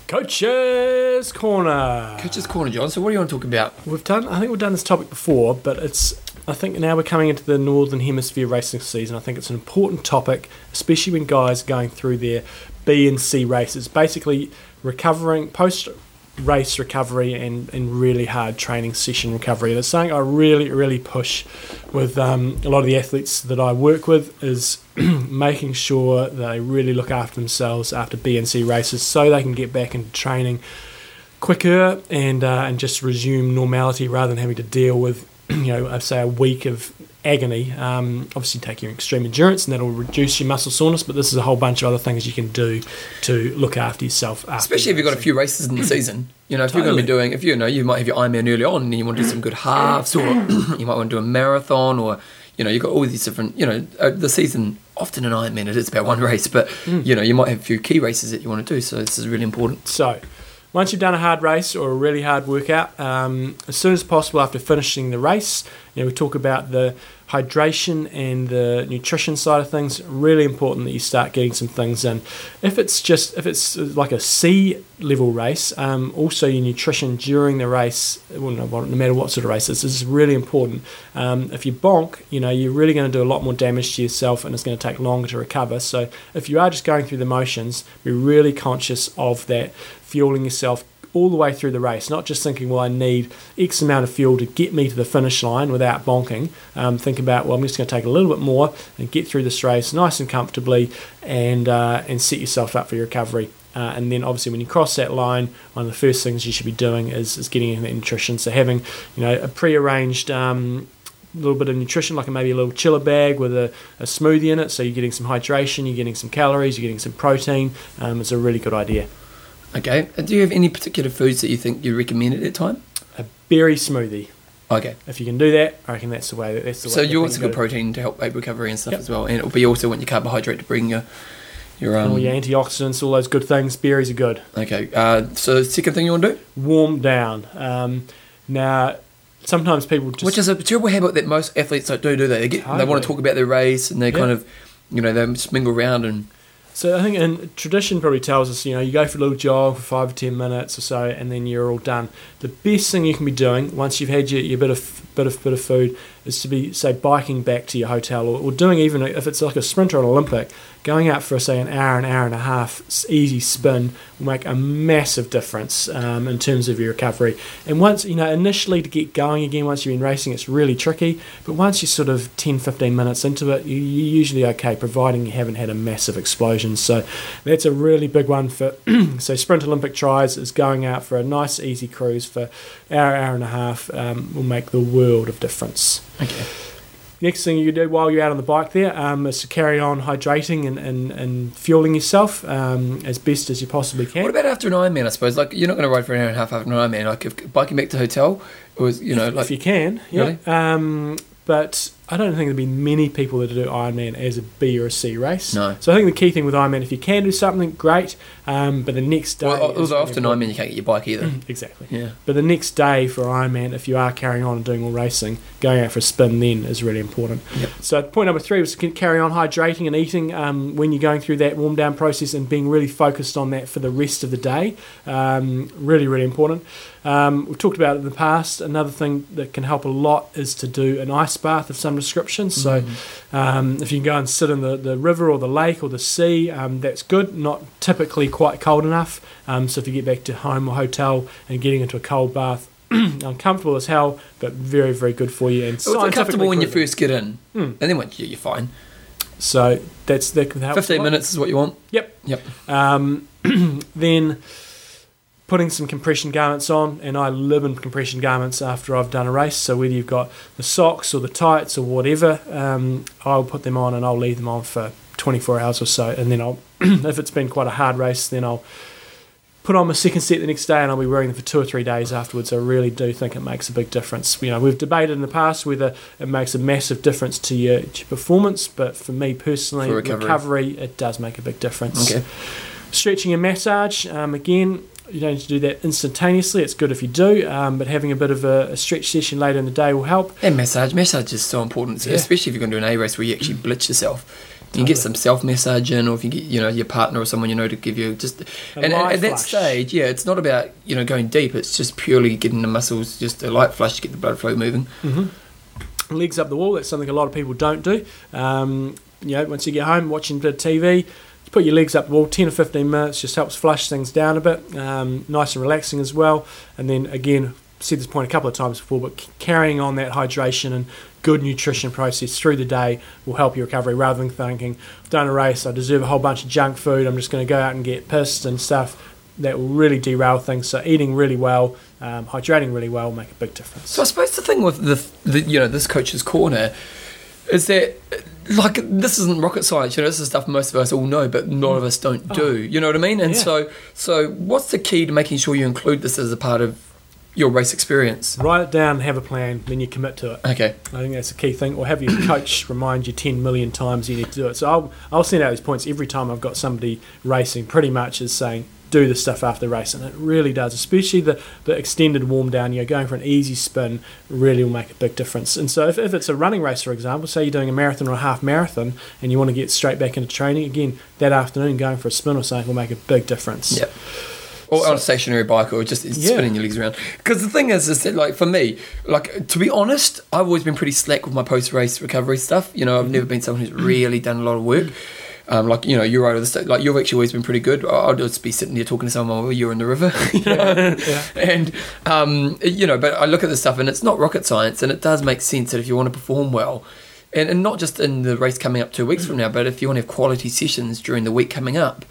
S2: Coach's Corner.
S1: Coach's Corner, John. So, what do you want to talk about?
S2: We've done. I think we've done this topic before, but it's. I think now we're coming into the Northern Hemisphere racing season. I think it's an important topic, especially when guys are going through their B and C races, basically recovering post race recovery and, and really hard training session recovery. That's something I really, really push with um, a lot of the athletes that I work with is making sure they really look after themselves after B and C races so they can get back into training quicker and uh, and just resume normality rather than having to deal with you know I'd say a week of agony. Um, obviously, take your extreme endurance and that'll reduce your muscle soreness. But this is a whole bunch of other things you can do to look after yourself. After
S1: Especially if you've got a few races in the season. You know, if you're going to be doing, if you know, you might have your Ironman early on and you want to do some good halves or you might want to do a marathon or, you know, you've got all these different, you know, uh, the season, often in Ironman, it is about one race, but, you know, you might have a few key races that you want to do. So, this is really important.
S2: So, once you've done a hard race or a really hard workout, um, as soon as possible after finishing the race, you know, we talk about the hydration and the nutrition side of things really important that you start getting some things in if it's just if it's like a c level race um, also your nutrition during the race well, no, no matter what sort of race this is really important um, if you bonk you know you're really going to do a lot more damage to yourself and it's going to take longer to recover so if you are just going through the motions be really conscious of that fueling yourself all the way through the race, not just thinking, well, I need X amount of fuel to get me to the finish line without bonking. Um, think about, well, I'm just going to take a little bit more and get through this race nice and comfortably and, uh, and set yourself up for your recovery. Uh, and then obviously when you cross that line, one of the first things you should be doing is, is getting in that nutrition. So having, you know, a pre-arranged um, little bit of nutrition, like maybe a little chiller bag with a, a, smoothie in it. So you're getting some hydration, you're getting some calories, you're getting some protein. Um, it's a really good idea.
S1: Okay. Do you have any particular foods that you think you recommend at that time?
S2: A berry smoothie.
S1: Okay.
S2: If you can do that, I reckon that's the way. That, that's the
S1: so
S2: way
S1: you want some good protein to help aid recovery and stuff yep. as well, and it'll be also want your carbohydrate to bring your your um,
S2: all your antioxidants, all those good things. Berries are good.
S1: Okay. Uh, so second thing you want to do?
S2: Warm down. Um, now sometimes people just
S1: which is a terrible habit that most athletes don't do. Do they? They, get, totally. they want to talk about their race and they yep. kind of you know they just mingle around and.
S2: So I think and tradition probably tells us, you know, you go for a little jog for five or ten minutes or so, and then you're all done. The best thing you can be doing once you've had your, your bit of bit of bit of food is to be say biking back to your hotel or, or doing even if it's like a sprint or an Olympic, going out for say an hour, an hour and a half easy spin will make a massive difference um, in terms of your recovery. And once you know initially to get going again, once you've been racing, it's really tricky. But once you're sort of 10, 15 minutes into it, you're usually okay, providing you haven't had a massive explosion. So that's a really big one for so Sprint Olympic tries is going out for a nice easy cruise for hour hour and a half um, will make the world of difference.
S1: Okay.
S2: Next thing you do while you're out on the bike there um, is to carry on hydrating and, and, and fueling yourself um, as best as you possibly can.
S1: What about after an Ironman? I suppose like you're not going to ride for an hour and a half after an Ironman. Like if biking back to hotel, it was you know
S2: if,
S1: like
S2: if you can, yeah. Um,
S1: Really?
S2: but I don't think there'll be many people that do Ironman as a B or a C race.
S1: No.
S2: So I think the key thing with Ironman, if you can do something, great. Um, but the next day,
S1: well, although often Ironman you can't get your bike either.
S2: exactly.
S1: Yeah.
S2: But the next day for Ironman, if you are carrying on and doing all racing, going out for a spin then is really important.
S1: Yep.
S2: So point number three was to carry on hydrating and eating um, when you're going through that warm down process and being really focused on that for the rest of the day. Um, really, really important. Um, we've talked about it in the past. Another thing that can help a lot is to do an ice bath of some description. So,
S1: Mm-hmm.
S2: um, if you can go and sit in the, the river or the lake or the sea, um, that's good. Not typically quite cold enough. Um, so, if you get back to home or hotel and getting into a cold bath, uncomfortable as hell, but very, very good for you. And
S1: it's uncomfortable when you
S2: proven.
S1: first get in,
S2: Mm.
S1: and then once you- you're fine.
S2: So that's that can help.
S1: 15
S2: a lot.
S1: minutes is what you want.
S2: Yep.
S1: Yep.
S2: Um, then putting some compression garments on, and I live in compression garments after I've done a race. So whether you've got the socks or the tights or whatever, um, I'll put them on and I'll leave them on for 24 hours or so, and then I'll, if it's been quite a hard race, then I'll put on my second set the next day and I'll be wearing them for two or three days afterwards. I really do think it makes a big difference. You know, we've debated in the past whether it makes a massive difference to your, to your performance, but for me personally,
S1: For recovery.
S2: recovery, it does make a big difference
S1: Okay.
S2: stretching and massage um, again you don't need to do that instantaneously it's good if you do um, but having a bit of a, a stretch session later in the day will help
S1: And massage. Massage is so important, so
S2: Yeah.
S1: especially if you're going to do an A race where you actually blitz yourself. You can get
S2: Totally.
S1: some self massage in, or if you get you know your partner or someone you know to give you just. and
S2: light
S1: at, at that
S2: flush.
S1: stage, yeah, it's not about you know going deep. It's just purely getting the muscles just a light flush to get the blood flow moving.
S2: Mm-hmm. legs up the wall that's something a lot of people don't do um, you know once you get home watching a bit of tv put your legs up the wall 10 or 15 minutes just helps flush things down a bit um, nice and relaxing as well and then again said this point a couple of times before but c- carrying on that hydration and good nutrition process through the day will help your recovery rather than thinking i've done a race i deserve a whole bunch of junk food i'm just going to go out and get pissed and stuff that will really derail things so eating really well um, hydrating really well will make a big difference
S1: So I suppose the thing with the, the you know this coach's corner is that like this isn't rocket science. You know, this is stuff most of us all know, but none of us don't do. You know what I mean? And
S2: Oh. Yeah.
S1: so so what's the key to making sure you include this as a part of your race experience?
S2: Write it down, have a plan, then you commit to it.
S1: Okay.
S2: I think that's the key thing. Or have your coach remind you 10 million times you need to do it. So I'll, I'll send out these points every time I've got somebody racing, pretty much is saying, do the stuff after the race, and it really does. Especially the, the extended warm down, you know, going for an easy spin really will make a big difference. And so, if, if it's a running race, for example, say you're doing a marathon or a half marathon, and you want to get straight back into training again that afternoon, going for a spin or something will make a big difference.
S1: Yep. Or on a stationary bike, or just
S2: Yeah.
S1: spinning your legs around. Because the thing is, is that like for me, like to be honest, I've always been pretty slack with my post-race recovery stuff. You
S2: Mm.
S1: know, I've never been someone who's really done a lot of work. Um, like you know, you're right. with the sta- Like you've actually always been pretty good. I- I'll just be sitting there talking to someone while you're in the river. you know?
S2: yeah.
S1: And um, you know, but I look at this stuff, and it's not rocket science, and it does make sense that if you want to perform well. And, and not just in the race coming up two
S2: Mm.
S1: weeks from now, but if you want to have quality sessions during the week coming up,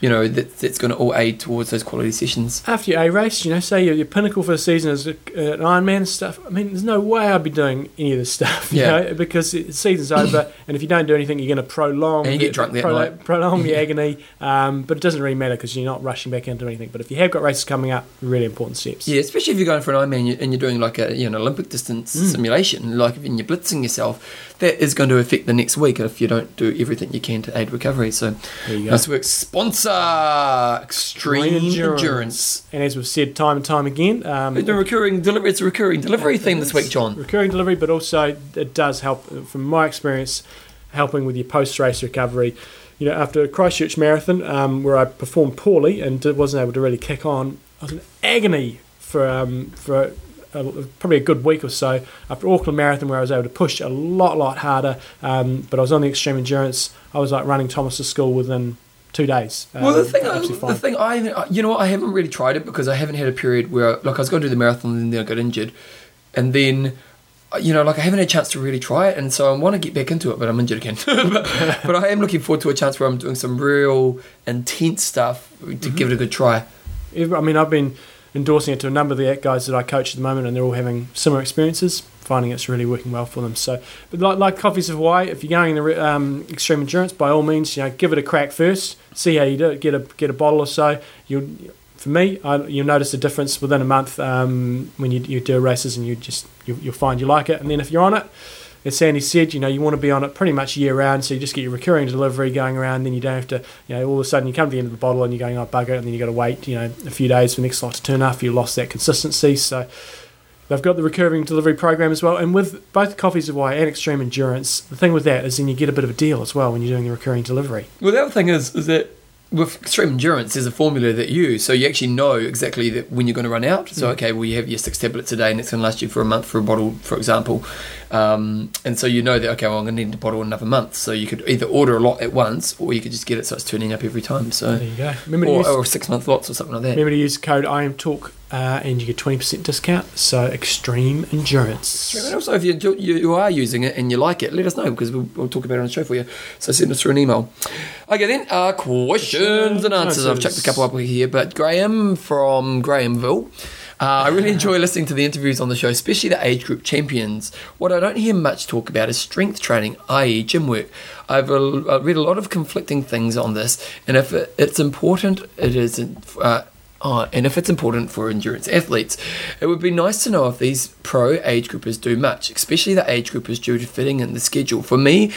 S1: you know, that, that's going to all aid towards those quality sessions.
S2: after your A race, you know, say your, your pinnacle for the season is uh, an Ironman and stuff. I mean, there's no way I'd be doing any of this stuff,
S1: Yeah.
S2: you know, because the season's over, and if you don't do anything, you're going to prolong.
S1: And you
S2: the-
S1: get drunk that
S2: prolo-
S1: night.
S2: Prolong the agony, um, but it doesn't really matter because you're not rushing back into anything. But if you have got races coming up, really important steps.
S1: Yeah, especially if you're going for an Ironman and you're doing like a you know Olympic distance simulation, like and you're blitzing yourself, that is going to affect the next week if you don't do everything you can to aid recovery. So,
S2: There you go.
S1: nice work, sponsor Extreme
S2: Extreme Endurance.
S1: Endurance.
S2: And as we've said time and time again, um,
S1: The recurring delivery, it's a recurring delivery theme this week, John.
S2: recurring delivery, but also it does help, uh, from my experience, helping with your post race recovery. You know, after Christchurch Marathon, um, where I performed poorly and did- wasn't able to really kick on, I was in agony for um, for a, probably a good week or so. After Auckland Marathon, where I was able to push a lot, lot harder, um, but I was on the extreme endurance. I was like running Thomas to school within two days.
S1: Well, the
S2: Um,
S1: thing, I,
S2: absolutely
S1: the
S2: fine.
S1: thing, I, haven't- I- you know, what, I haven't really tried it because I haven't had a period where, like, I was going to do the marathon and then I got injured, and then, uh, you know, like, I haven't had a chance to really try it, and so I want to get back into it, but I'm injured again. but, but I am looking forward to a chance where I'm doing some real intense stuff to
S2: Mm-hmm.
S1: give it a good try.
S2: Every- I mean, I've been endorsing it to a number of the guys that I coach at the moment, and they're all having similar experiences, finding it's really working well for them. So, but like, like Coffees of Hawaii, if you're going in the re- um, extreme endurance, by all means, you know, give it a crack first, see how you do it, get a get a bottle or so. You'll, for me, I, you'll notice a difference within a month um, when you, you do races, and you just you, you'll find you like it. And then if you're on it. As Sandy said, you know, you want to be on it pretty much year round, so you just get your recurring delivery going around, then you don't have to you know, all of a sudden you come to the end of the bottle and you're going, oh, bugger it, and then you got to wait, you know, a few days for the next lot to turn up. You lost that consistency. So they've got the recurring delivery program as well. And with both Coffees of Why and Extreme Endurance, the thing with that is then you get a bit of a deal as well when you're doing the recurring delivery.
S1: Well, the other thing is, is that with extreme endurance, there's a formula that you use, so you actually know exactly that when you're going to run out.
S2: Mm.
S1: So, okay, well, you have your six tablets a day, and it's going to last you for a month for a bottle, for example. Um, and so you know that okay, well, I'm going to need a bottle in another month. So you could either order a lot at once, or you could just get it so it's turning up every time.
S2: There
S1: So,
S2: you go. Remember to
S1: or,
S2: use,
S1: or six month lots or something like that.
S2: remember to use code IAMTALK uh, and you get 20% discount. So Extreme Endurance.
S1: And also, if you, do- you you are using it and you like it, let us know because we'll, we'll talk about it on the show for you. So send us through an email. Okay, then uh, questions and answers. I've checked a couple up here, but Graham from Grahamville. Uh, I really enjoy listening to the interviews on the show, especially the age group champions. What I don't hear much talk about is strength training, i.e., gym work. I've uh, uh, read a lot of conflicting things on this, and if it, it's important, it isn't. Uh, Oh, and if it's important for endurance athletes, it would be nice to know if these pro age groupers do much, especially the age groupers due to fitting in the schedule. For me,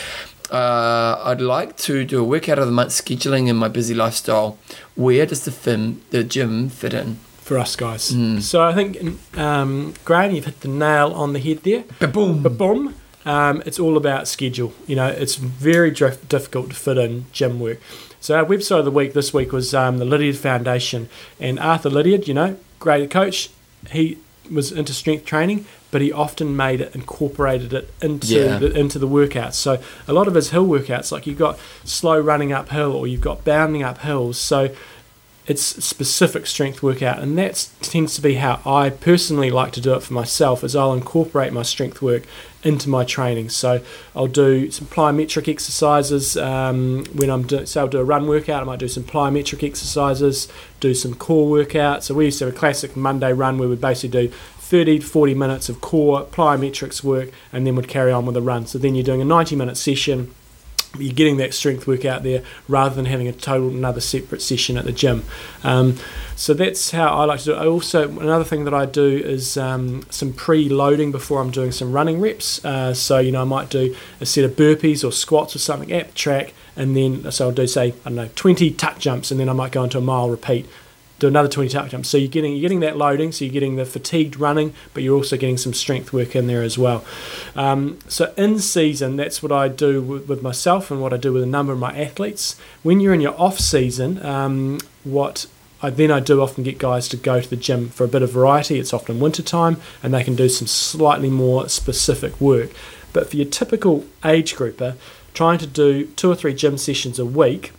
S1: uh, I'd like to do a workout of the month scheduling in my busy lifestyle. Where does the film, the gym fit in?
S2: for us guys.
S1: Mm.
S2: So I think, um, Graham, you've hit the nail on the head there.
S1: Ba-boom.
S2: Ba-boom. Um, it's all about schedule. You know, it's very drif- difficult to fit in gym work. So our website of the week this week was um, the Lydiard Foundation, and Arthur Lydiard, you know, great coach. He was into strength training, but he often made it incorporated it into
S1: Yeah.
S2: the, into the workouts. So a lot of his hill workouts, like you've got slow running uphill or you've got bounding up hills. So it's specific strength workout and that tends to be how i personally like to do it for myself is i'll incorporate my strength work into my training so i'll do some plyometric exercises um, when i'm doing so i'll do a run workout i might do some plyometric exercises do some core workout so we used to have a classic monday run where we basically do 30 to 40 minutes of core plyometrics work and then would carry on with a run so then you're doing a 90 minute session you're getting that strength work out there rather than having a total another separate session at the gym. Um, so that's how I like to do it. I also another thing that I do is um, some pre-loading before I'm doing some running reps. Uh, so you know I might do a set of burpees or squats or something at the track, and then so I'll do say I don't know 20 tuck jumps, and then I might go into a mile repeat. do another 20 tuck jumps. So you're getting you're getting that loading, so you're getting the fatigued running, but you're also getting some strength work in there as well. Um, so in season, that's what I do with, with myself and what I do with a number of my athletes. When you're in your off season, um, what I, then I do often get guys to go to the gym for a bit of variety. It's often winter time, and they can do some slightly more specific work. But for your typical age grouper, trying to do two or three gym sessions a week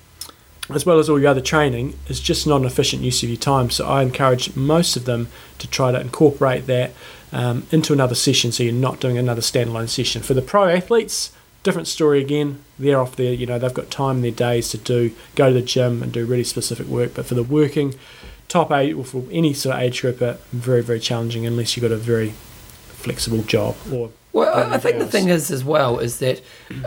S2: as well as all your other training, is just not an efficient use of your time. So I encourage most of them to try to incorporate that um, into another session so you're not doing another standalone session. For the pro athletes, different story again. They're off there, you know, they've got time in their days to do, go to the gym and do really specific work. But for the working top eight or for any sort of age group, very, very challenging unless you've got a very flexible job or
S1: Well, I- I
S2: anything
S1: think the
S2: else.
S1: thing is as well is that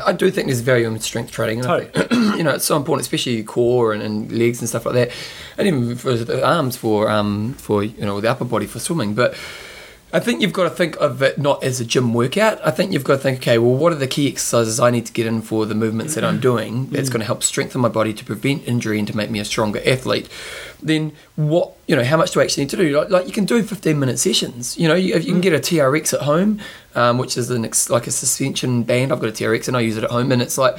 S1: I do think there's value in strength training. And I think, you know, it's so important, especially your core and, and legs and stuff like that, and even for the arms for um for you know the upper body for swimming. But I think you've got to think of it not as a gym workout. I think you've got to think, okay, well, what are the key exercises I need to get in for the movements that I'm doing that's going to help strengthen my body to prevent injury and to make me a stronger athlete? Then what, you know, how much do I actually need to do? Like, like you can do 15 minute sessions. You know, you, if you can get a TRX at home, um, which is an ex, like a suspension band. I've got a TRX and I use it at home, and it's like,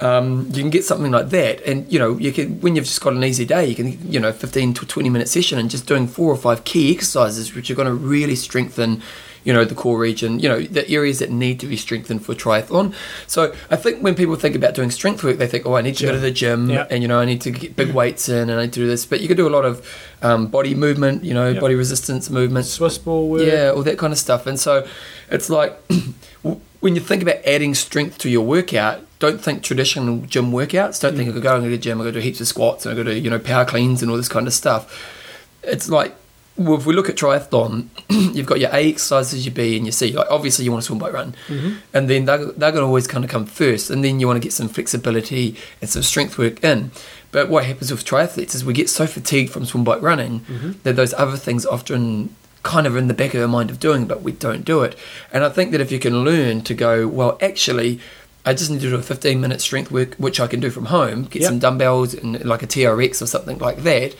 S1: um, you can get something like that and you know you can when you've just got an easy day you can you know 15 to 20 minute session and just doing four or five key exercises which are going to really strengthen you know the core region you know the areas that need to be strengthened for triathlon so i think when people think about doing strength work they think oh i need to go to the gym
S2: Yeah. Mm.
S1: and you know i need to get big weights in and i need to do this but you can do a lot of um, body movement you know
S2: Yeah.
S1: body resistance movements
S2: Swiss ball work.
S1: yeah, all that kind of stuff. And so it's like w- when you think about adding strength to your workout, don't think traditional gym workouts. Don't think I go going to the gym, I go do heaps of squats and I go do, you know, power cleans and all this kind of stuff. It's like well, if we look at triathlon, you've got your A exercises, your B, and your C. Like obviously, you want to swim, bike, run, and then they're, they're going to always kind of come first, and then you want to get some flexibility and some strength work in. But what happens with triathletes is we get so fatigued from swim, bike, running that those other things often kind of in the back of our mind of doing, but we don't do it. And I think that if you can learn to go, well, actually. I just need to do a 15 minute strength work, which I can do from home, get
S2: Yep.
S1: some dumbbells and like a TRX or something like that,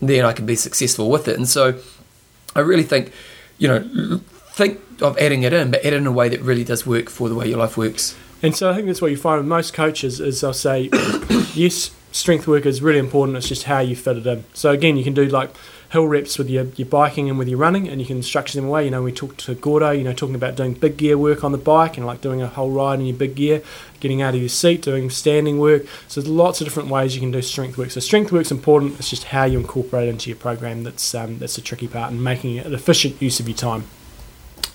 S1: then I can be successful with it. And so I really think, you know, l- think of adding it in, but add it in a way that really does work for the way your life works.
S2: And so I think that's what you find with most coaches is they'll say, yes, strength work is really important. It's just how you fit it in. So again, you can do like hill reps with your, your biking and with your running, and you can structure them away. You know, we talked to Gordo, you know, talking about doing big gear work on the bike and like doing a whole ride in your big gear, getting out of your seat, doing standing work. So there's lots of different ways you can do strength work. So strength work's important. It's just how you incorporate it into your program that's um, that's the tricky part and making it an efficient use of your time.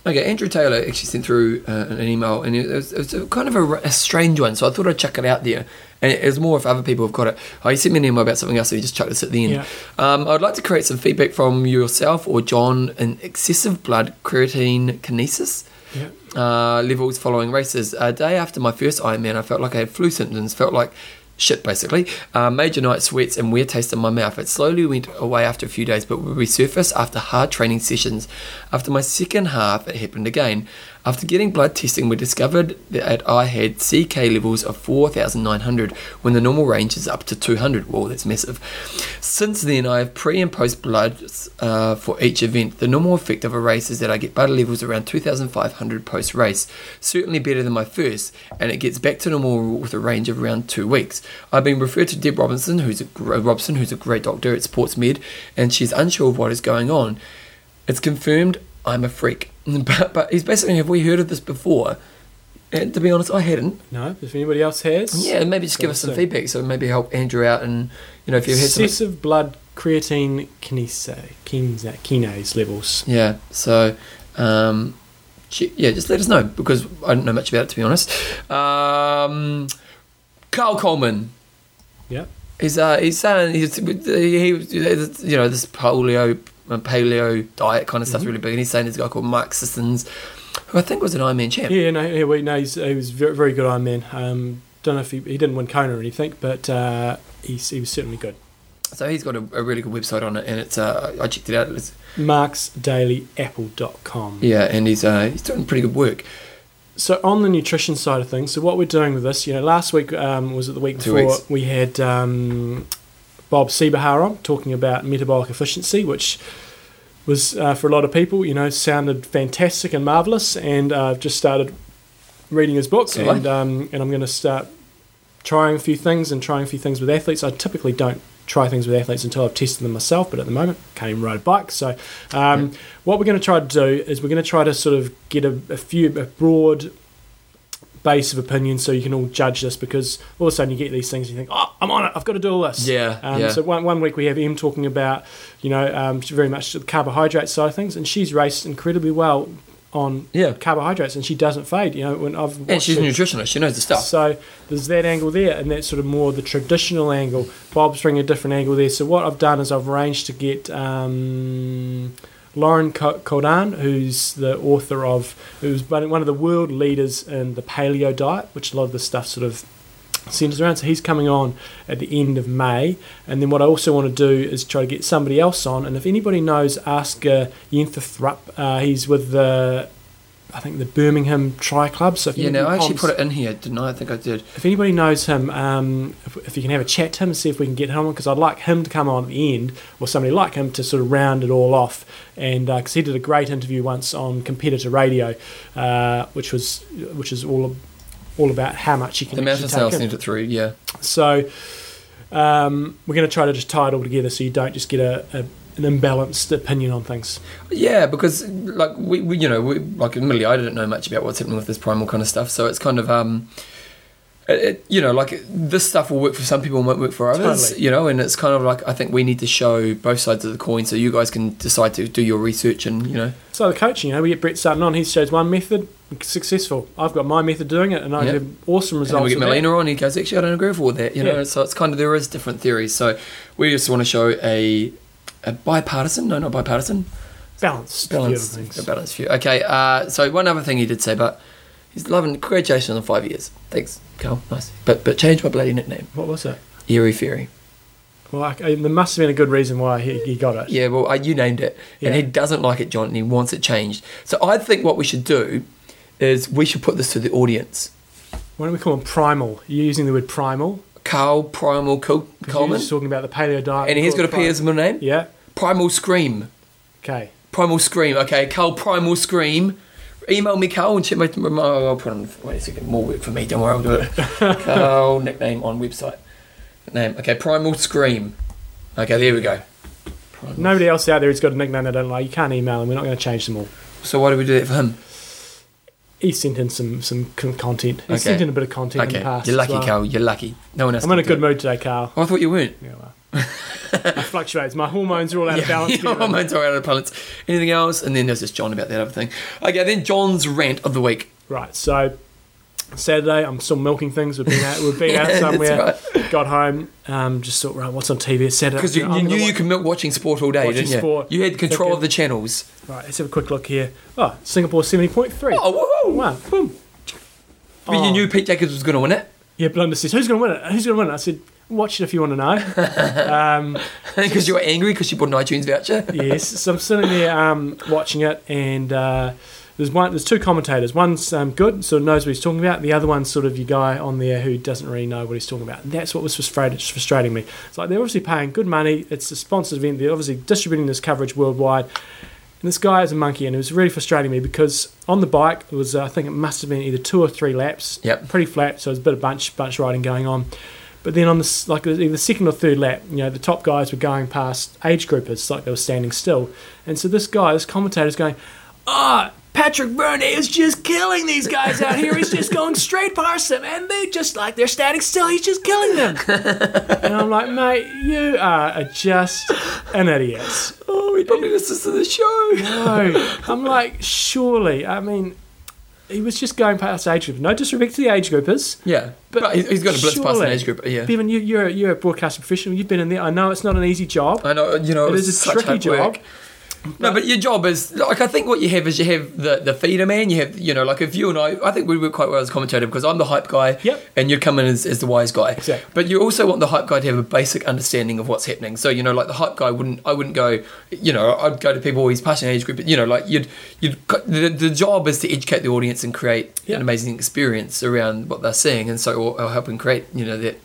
S1: Okay, Andrew Taylor actually sent through uh, an email, and it was, it was a kind of a, r- a strange one, so I thought I'd chuck it out there. And it was more if other people have got it. Oh, he sent me an email about something else, so he just chucked this at the end.
S2: Yeah.
S1: Um, I'd like to create some feedback from yourself or John in excessive blood creatine kinesis.
S2: Yeah.
S1: uh, levels following races. A day after my first Ironman, I felt like I had flu symptoms, felt like shit basically. Uh, major night sweats and weird taste in my mouth. It slowly went away after a few days, but would resurface after hard training sessions. After my second half, it happened again. After getting blood testing, we discovered that I had CK levels of 4,900 when the normal range is up to 200. Whoa, that's massive. Since then, I have pre and post bloods uh, for each event. The normal effect of a race is that I get blood levels around 2,500 post race, certainly better than my first, and it gets back to normal with a range of around two weeks. I've been referred to Deb Robinson, who's a, gr- Robson, who's a great doctor at Sportsmed, and she's unsure of what is going on. It's confirmed I'm a freak. But, but he's basically, have we heard of this before? And to be honest, I hadn't.
S2: No, if anybody else has,
S1: Yeah, maybe just give us some
S2: So-
S1: feedback. So maybe help Andrew out, and you know, if you've had some.
S2: excessive blood creatine kinase, kinase, kinase levels.
S1: Yeah. So, um, che- yeah, just let us know because I don't know much about it to be honest. Um, Carl Coleman.
S2: Yep.
S1: He's uh, he's saying he's, he was you know this polio paleo diet kind of stuff's really big, and he's saying there's a guy called Mike Sissons, who I think was an Ironman champ.
S2: Yeah, no, yeah, we know he's, he was very, very good Iron Man. Um, don't know if he, he didn't win Kona or anything, but uh, he's, he was certainly good.
S1: So he's got a, a really good website on it, and it's uh, I checked it out. It's,
S2: MarksDailyApple.com.
S1: yeah, and he's uh, he's doing pretty good work.
S2: So on the nutrition side of things, so what we're doing with this, you know, last week um, was it the week
S1: Two
S2: before
S1: weeks.
S2: we had um, Bob Sebahar on, talking about metabolic efficiency, which was uh, for a lot of people, you know, sounded fantastic and marvelous. And uh, I've just started reading his book,
S1: Right.
S2: and um, and I'm going to start trying a few things and trying a few things with athletes. I typically don't try things with athletes until I've tested them myself, but at the moment, can't even ride a bike. So, um, what we're going to try to do is we're going to try to sort of get a, a few a broad base of opinion so you can all judge this because all of a sudden you get these things and you think, oh, I'm on it, I've got to do all this.
S1: Yeah,
S2: Um,
S1: yeah.
S2: So one, one week we have Em talking about, you know, um, very much the carbohydrate side of things, and she's raced incredibly well on
S1: Yeah.
S2: carbohydrates and she doesn't fade. You know, when I've watched
S1: And she's a
S2: her-
S1: nutritionist. She knows the stuff.
S2: so there's that angle there, and that's sort of more the traditional angle. Bob's bringing a different angle there. So what I've done is I've arranged to get um, Lauren Co- Codan, who's the author of, who's one one of the world leaders in the paleo diet, which a lot of this stuff sort of centers around. So he's coming on at the end of May. And then what I also want to do is try to get somebody else on. And if anybody knows Asker Yenthetrup, uh, he's with the, I think, the Birmingham Tri Club. So if
S1: Yeah,
S2: you
S1: no, I actually put it in here, didn't I? I think I did.
S2: if anybody knows him, um, if, if you can have a chat to him and see if we can get him on, because I'd like him to come on at the end, or somebody like him to sort of round it all off. And because he did a great interview once on competitor radio, uh, which was which is all all about how much you can
S1: The
S2: actually
S1: Mountain
S2: take
S1: Sales
S2: in.
S1: Centre 3, yeah.
S2: So um, we're going to try to just tie it all together, so you don't just get a, a an imbalanced opinion on things.
S1: Yeah, because like we, we you know, we, like admittedly, I didn't know much about what's happening with this primal kind of stuff. So it's kind of um, it, it- you know, like this stuff will work for some people and won't work for others.
S2: Totally.
S1: You know, and it's kind of like I think we need to show both sides of the coin, so you guys can decide to do your research and you know,
S2: So the coaching, you know, we get Brett Sutton on. He shows one method, successful. I've got my method doing it, and I
S1: Yeah.
S2: get awesome
S1: and then
S2: results.
S1: we get
S2: with that.
S1: Melina on. He goes, actually, I don't agree with all that. You know,
S2: Yeah.
S1: so it's kind of there is different theories. So we just want to show a a bipartisan, no, not bipartisan,
S2: Balance.
S1: balanced,
S2: Things.
S1: a balanced view. Okay, uh, so one other thing he did say, but he's loving congratulations on five years. Thanks, Carl. Nice, but but change my bloody nickname,
S2: What was it?
S1: Eerie Fairy.
S2: Well, I, I- there must have been a good reason why he, he got it.
S1: Yeah, well, uh, you named it, and
S2: Yeah.
S1: he doesn't like it, John, and he wants it changed. So I think what we should do is we should put this to the audience.
S2: Why don't we call him primal? You're using the word primal.
S1: Carl Primal Col-
S2: 'cause You're
S1: Coleman,
S2: just talking about the paleo diet.
S1: and he's
S2: Call
S1: got
S2: it
S1: a P as my name.
S2: primal. Yeah.
S1: Primal Scream.
S2: Okay.
S1: Primal Scream. Okay, Carl Primal Scream. Email me, Carl, and check my. my I'll put on. Wait a second, more work for me. Don't worry, I'll do it. Carl nickname on website. Name. Okay, Primal Scream. Okay, there we go. Primal.
S2: Nobody else out there who's got a nickname they don't like. You can't email them. We're not going to change them all.
S1: So why do we do that for him?
S2: He sent in some some con- content. He
S1: Okay.
S2: sent in a bit of content in the
S1: okay,
S2: past.
S1: you're
S2: as
S1: lucky,
S2: well.
S1: Carl. You're lucky. No one else.
S2: I'm in a
S1: can do
S2: good
S1: it.
S2: mood today, Carl.
S1: Oh, I thought you weren't.
S2: Yeah, well. it fluctuates. My hormones are all out of balance.
S1: Yeah,
S2: Kevin.
S1: hormones are out of balance. Anything else? And then there's just John about that other thing. Okay, then John's rant of the week.
S2: Right, so Saturday, I'm still milking things. We've been out, we've been
S1: Yeah,
S2: out
S1: that's
S2: somewhere. Got home, um, just thought, right, what's on TV? It's Saturday.
S1: Because you,
S2: I'm
S1: you
S2: gonna
S1: knew you
S2: watch-
S1: could milk watching sport all day,
S2: Watching
S1: didn't you?
S2: sport,
S1: you had control of
S2: cooking.
S1: the channels.
S2: Right, let's have a quick look here. Oh, Singapore 70.3.
S1: Oh, whoa, whoa.
S2: Wow, boom.
S1: But you
S2: Oh.
S1: knew Pete Jacobs was going to win it.
S2: Yeah, Belinda says, who's going to win it? Who's going to win it? I said, watch it if you want to know. um,
S1: Because you were angry because you bought an iTunes voucher.
S2: yes, so I'm sitting there um, watching it, and uh, there's one, there's two commentators. One's um, good, sort of knows what he's talking about. The other one's sort of your guy on there who doesn't really know what he's talking about. And that's what was frustrated, frustrating me. It's like they're obviously paying good money. It's a sponsored event. They're obviously distributing this coverage worldwide. And this guy is a monkey, and it was really frustrating me because on the bike it was, uh, I think it must have been either two or three laps.
S1: Yep.
S2: Pretty flat, so it was a bit of bunch bunch riding going on. But then on the s- like either the second or third lap, you know, the top guys were going past age groupers, like they were standing still. And so this guy, this commentator, is going, "Ah, Patrick Burney is just killing these guys out here. He's just going straight past them, and they just like they're standing still. He's just killing them." and I'm like, "Mate, you are a- just an idiot."
S1: Oh, he probably listens to the show.
S2: No, I'm like, surely. I mean, he was just going past age group. No disrespect to the age groupers.
S1: Yeah, but, he's he's got a blitz past an
S2: surely-
S1: age group. Yeah,
S2: Bevan, you, you're, a- you're a broadcast professional. You've been in there. I know it's not an easy job.
S1: I know. You know,
S2: it
S1: Oh, it's
S2: is a
S1: such
S2: tricky
S1: hard work.
S2: job.
S1: No, but your job is like I think what you have is you have the the feeder man. You have you know like if you and I, I think we work quite well as commentator because I'm the hype guy,
S2: Yep.
S1: and you come in as, as the wise guy.
S2: Exactly.
S1: But you also want the hype guy to have a basic understanding of what's happening. So you know like the hype guy wouldn't I wouldn't go you know I'd go to people he's passing age group. But, you know like you'd you'd the, the job is to educate the audience and create
S2: Yeah.
S1: an amazing experience around what they're seeing, and so or, or helping create you know that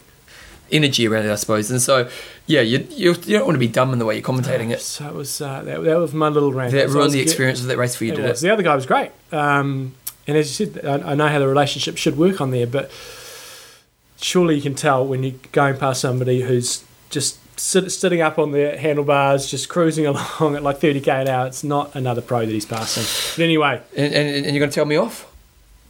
S1: energy around it, I suppose. And so, yeah, you you, you don't want to be dumb in the way you're commentating it.
S2: So it was uh, that, that was my little rant.
S1: That
S2: So I was
S1: ruined the
S2: ge-
S1: experience of that race for you,
S2: it
S1: did
S2: was.
S1: it?
S2: The other guy was great. Um, and as you said, I, I know how the relationship should work on there, but surely you can tell when you're going past somebody who's just sit, sitting up on the handlebars, just cruising along at like 30k an hour. It's not another pro that he's passing. But anyway,
S1: And, and, and you're going to tell me off?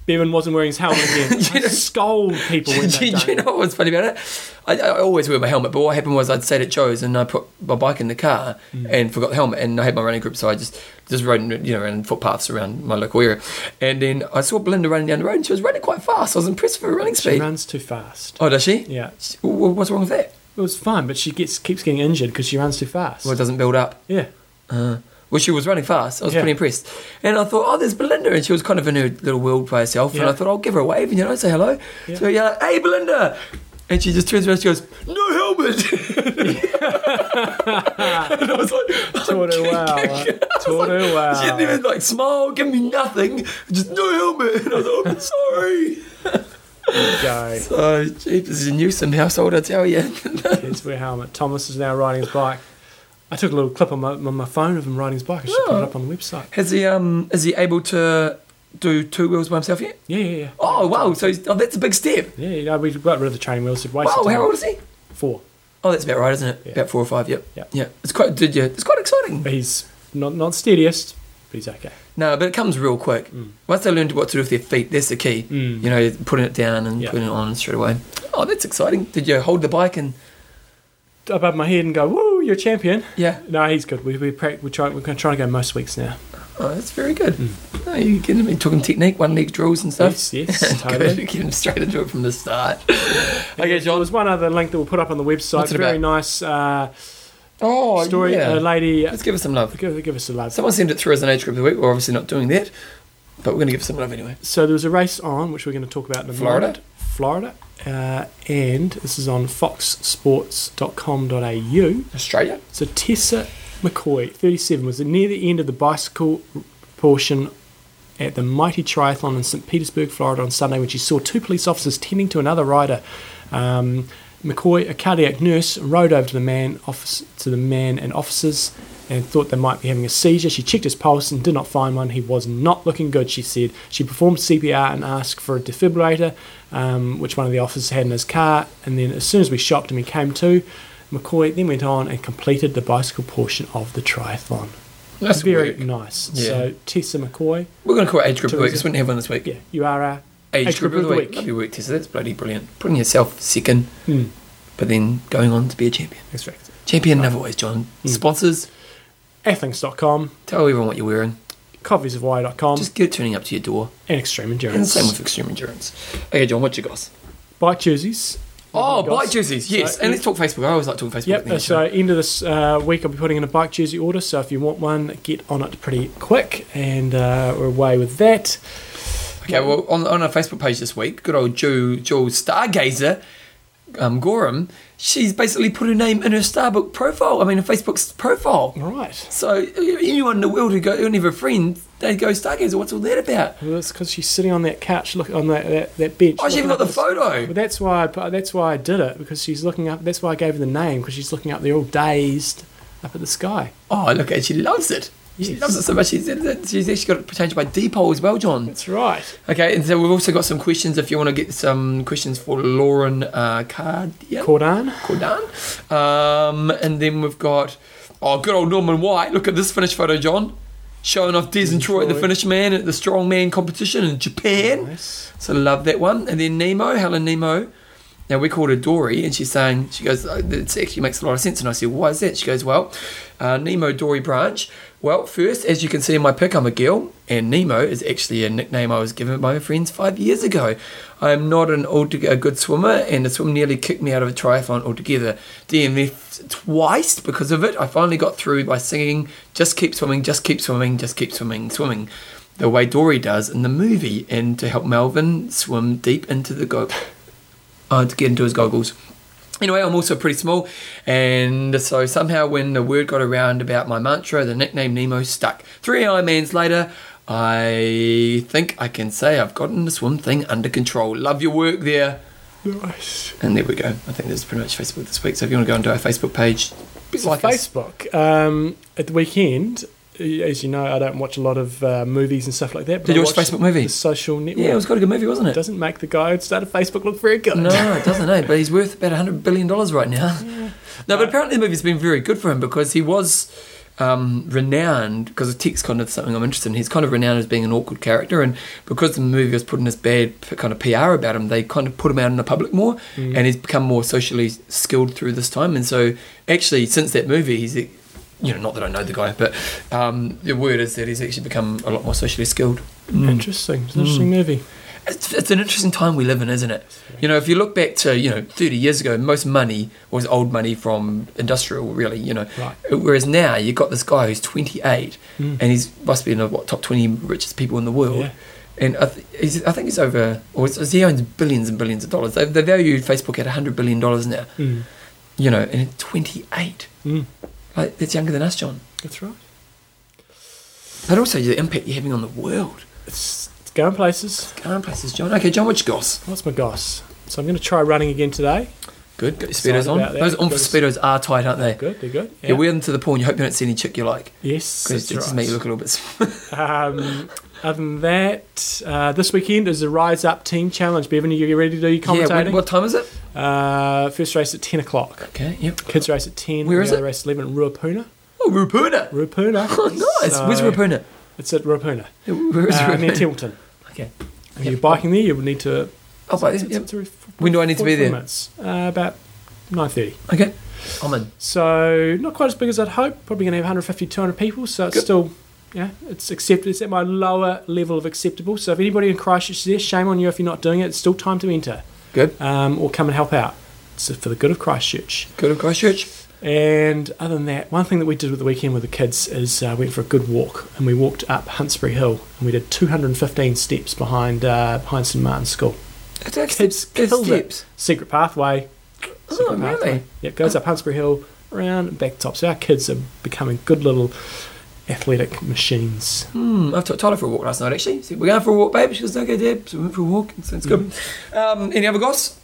S2: Bevan wasn't wearing his helmet again.
S1: You
S2: I
S1: know-
S2: scold people
S1: do,
S2: when they
S1: do
S2: don't.
S1: you know what's funny about it? I, I always wear my helmet, but what happened was I'd stayed at Joe's and I put my bike in the car
S2: Mm.
S1: and forgot the helmet, and I had my running group, so I just just rode you know around footpaths around my local area, and then I saw Belinda running down the road, and she was running quite fast. I was impressed with her running
S2: She
S1: speed.
S2: runs too fast.
S1: Oh, does she?
S2: Yeah,
S1: She- wh- wh- What's wrong with that?
S2: it was fun, but she gets keeps getting injured because she runs too fast.
S1: Well, it doesn't build up.
S2: yeah,
S1: Uh, well, she was running fast. I was
S2: Yeah.
S1: pretty impressed. And I thought, oh, there's Belinda. And she was kind of in her little world by herself. And
S2: Yeah.
S1: I thought, I'll give her a wave and, you know, say hello.
S2: Yeah.
S1: So, yeah, hey, Belinda. And she just turns around and she goes, no helmet. and I was like,
S2: taught her well. Taught her well.
S1: she didn't even like smile, give me nothing, just no helmet. And I was like, I'm sorry.
S2: go.
S1: So, jeepers, is a Newsome household, I tell you.
S2: Kids wear helmet. Thomas is now riding his bike. I took a little clip on my, on my phone of him riding his bike. I should
S1: Oh.
S2: put it up on the website.
S1: Has he, um, is he able to do two wheels by himself yet?
S2: Yeah, yeah, yeah.
S1: Oh, wow. So, he's- oh, that's a big step.
S2: Yeah, you know, we got rid of the training wheels. It wasted
S1: Wow,
S2: time.
S1: how old is he?
S2: Four.
S1: Oh, that's about right, isn't it?
S2: Yeah.
S1: About four or five. Yep.
S2: Yeah.
S1: Yeah. It's quite. Did you? It's quite exciting.
S2: But he's not not steadiest, but he's okay.
S1: No, but it comes real quick. Once they learn what to do with their feet, that's the key.
S2: Mm.
S1: You know, putting it down and
S2: Yeah.
S1: putting it on straight away. Oh, that's exciting. Did you hold the bike and?
S2: Above my head and go, woo, you're a champion.
S1: Yeah.
S2: No, he's good. We, we pra- we try, we're going to try to go most weeks now.
S1: Oh, that's very good. No, you getting me talking technique, one leg drills and stuff.
S2: Yes, Mm. yes,
S1: Good.
S2: totally.
S1: Get him straight into it from the start.
S2: Okay,
S1: okay,
S2: John.
S1: John.
S2: There's one other link that we'll put up on the website.
S1: What's it
S2: Very
S1: about?
S2: nice uh,
S1: Oh,
S2: story. uh,
S1: yeah.
S2: A lady.
S1: Let's give us some love.
S2: Give, give us a love.
S1: Someone sent it through as an age group of the week. We're obviously not doing that, but we're going to give some love anyway.
S2: So there was a race on, which we're going to talk about in a
S1: Florida?
S2: minute. Florida. Uh, and this is on foxsports.com.au.
S1: Australia.
S2: So Tessa McCoy, 37, was near the end of the bicycle portion at the Mighty Triathlon in St. Petersburg, Florida on Sunday when she saw two police officers tending to another rider. Um, McCoy, a cardiac nurse, rode over to the man office, to the man and officers and thought they might be having a seizure. She checked his pulse and did not find one. He was not looking good, she said. She performed CPR and asked for a defibrillator, um, which one of the officers had in his car. And then as soon as we shopped him, he came to. McCoy then went on and completed the bicycle portion of the triathlon.
S1: That's
S2: Very
S1: weird.
S2: nice.
S1: Yeah.
S2: So Tessa McCoy,
S1: We're going to call it age group of the week.
S2: Tourism.
S1: because we didn't have one this week.
S2: yeah, you are a
S1: Age, group, of the week. Lovely work, Tessa. That's bloody brilliant. Putting yourself second,
S2: Mm,
S1: but then going on to be a champion.
S2: that's right.
S1: Champion in other ways, John. Sponsors,
S2: Athlings.com,
S1: tell everyone what you're wearing.
S2: coffeesofhawaii.com,
S1: Just get it turning up to your door.
S2: and Extreme
S1: And the
S2: Endurance.
S1: same with extreme endurance. Okay, John, what you got?
S2: Bike jerseys.
S1: Oh,
S2: Goss.
S1: bike jerseys. Yes,
S2: So-
S1: and let's talk Facebook. I always like talking Facebook. at
S2: Yep.
S1: the end
S2: uh,
S1: of the
S2: So
S1: show.
S2: end of this uh, week, I'll be putting in a bike jersey order. So if you want one, get on it pretty quick, and uh, we're away with that.
S1: Okay, well, on, on our Facebook page this week, good old Ju- Jules Stargazer um, Gorham, she's basically put her name in her Starbucks profile. I mean, her Facebook's profile.
S2: All right.
S1: So uh, anyone in the world who go, any of her friends, they go Stargazer. What's all that about?
S2: Well, that's because she's sitting on that couch, look on that that, that bench.
S1: Oh, she even
S2: looking
S1: got the
S2: up this-
S1: photo.
S2: Well, that's why I, put- that's why I did it because she's looking up. That's why I gave her the name because she's looking up there all dazed up at the sky.
S1: Oh, look at she loves it. She
S2: Yes.
S1: loves it so much. She's, she's actually got it changed by Depot as well, John.
S2: That's right.
S1: Okay, and so we've also got some questions if you want to get some questions for Lauren uh, Cardian.
S2: Cordan.
S1: Cordan. Um, and then we've got, oh, good old Norman White. Look at this finish photo, John. Showing off Des and Troy, the
S2: Troy.
S1: Finnish man at the strongman competition in Japan.
S2: Nice.
S1: So love that one. And then Nemo, Helen Nemo. Now we called her Dory, and she's saying she goes, "Oh, "It actually makes a lot of sense." And I said, "Why is that?" She goes, "Well, uh, Nemo Dory branch. Well, first, as you can see in my pic, I'm a girl, and Nemo is actually a nickname I was given by my friends five years ago. I am not an altogether a good swimmer, and the swim nearly kicked me out of a triathlon altogether. DMF twice because of it. I finally got through by singing, "Just keep swimming, just keep swimming, just keep swimming, swimming." the way Dory does in the movie, and to help Melvin swim deep into the go, uh, to get into his goggles. Anyway, I'm also pretty small, and so somehow when the word got around about my mantra, the nickname Nemo stuck. Three Ironmans later, I think I can say I've gotten the swim thing under control. Love your work there.
S2: Nice.
S1: And there we go. I think that's pretty much Facebook this week. So if you want to go onto our Facebook page,
S2: So
S1: like us.
S2: Facebook. Um, at the weekend, as you know, I don't watch a lot of uh, movies and stuff like that. But
S1: Did
S2: I
S1: you watch
S2: watched
S1: Facebook movie?
S2: The social network.
S1: Yeah, it was quite a good movie, wasn't it?
S2: doesn't make the guy who started Facebook look very good.
S1: No, it doesn't, eh? But he's worth about $100 billion right now. No, but apparently the movie's been very good for him because he was um, renowned, because the tech's kind of something I'm interested in, he's kind of renowned as being an awkward character. And because the movie was putting this bad p- kind of PR about him, they kind of put him out in the public more.
S2: Mm.
S1: And he's become more socially skilled through this time. And so, actually, since that movie, he's. You know, not that I know the guy, but um, the word is that he's actually become a lot more socially skilled.
S2: Hmm.
S1: Mm.
S2: Interesting. It's an interesting movie.
S1: It's, it's an interesting time we live in, isn't it? You know, if you look back to, you know, 30 years ago, most money was old money from industrial, really, you know.
S2: Right.
S1: Whereas now you've got this guy who's 28
S2: Mm.
S1: and he's must be in the what, top 20 richest people in the world.
S2: Yeah.
S1: And I, th- he's, I think he's over, or it's, he owns billions and billions of dollars. They, they value Facebook at $100 billion now,
S2: Mm.
S1: you know, and at 28.
S2: Mm.
S1: Like, that's younger than us, John.
S2: That's right.
S1: But also the impact you're having on the world.
S2: It's, it's going places.
S1: Going places, John. Okay, John, what you got?
S2: What's my goss? So I'm going to try running again today.
S1: Good, got your
S2: Excited
S1: speedos on.
S2: about that
S1: Those on for
S2: because-
S1: speedos are tight, aren't they?
S2: Good, they're good.
S1: Yeah, we're into the porn. You hope you don't see any chick you like.
S2: yes,
S1: Because
S2: that's
S1: it just
S2: right.
S1: make you look a little bit. sm-
S2: Um, other than that, uh, this weekend is the Rise Up Team Challenge. Bevan, are you ready to do your
S1: yeah, when-
S2: commentating?
S1: what time is it?
S2: uh, first race at 10 o'clock.
S1: Okay, yep.
S2: Kids race at 10.
S1: Where
S2: the
S1: is
S2: other
S1: it?
S2: race at 11 Ruapuna.
S1: Oh, Rupuna.
S2: Ruapuna.
S1: Oh, nice. Where's
S2: So, uh,
S1: Rupuna?
S2: It's at Ruapuna.
S1: Where is
S2: Uh, near
S1: Rupuna?
S2: Templeton.
S1: Okay.
S2: If you're biking there, you would need to...
S1: Oh, but,
S2: it's- it's-
S1: yep.
S2: it's around
S1: When do I need to be
S2: 45
S1: there?
S2: Minutes, uh, about 9.30.
S1: Okay. I'm in.
S2: So not quite as big as I'd hope. Probably going to have 150, 200 people. So it's
S1: Good.
S2: still, yeah, it's accepted. It's at my lower level of acceptable. So if anybody in Christchurch is there, shame on you if you're not doing it. It's still time to enter
S1: Good.
S2: um, or come and help out. It's for the good of Christchurch.
S1: Good of Christchurch.
S2: And other than that, one thing that we did with the weekend with the kids is uh, went for a good walk and we walked up Huntsbury Hill and we did 215 steps behind uh, behind St Martin's School.
S1: It's actually
S2: Kids
S1: it's
S2: killed it.
S1: steps.
S2: Secret pathway. Secret
S1: Oh,
S2: pathway.
S1: really?
S2: Yeah, it goes up Huntsbury Hill, around and back top. So our kids are becoming good little athletic machines.
S1: Hmm. I took Tyler for a walk last night, actually. So we're going for a walk, babe. She goes, okay, Deb. So we went for a walk. So it's good.
S2: Mm.
S1: Um, any other goss?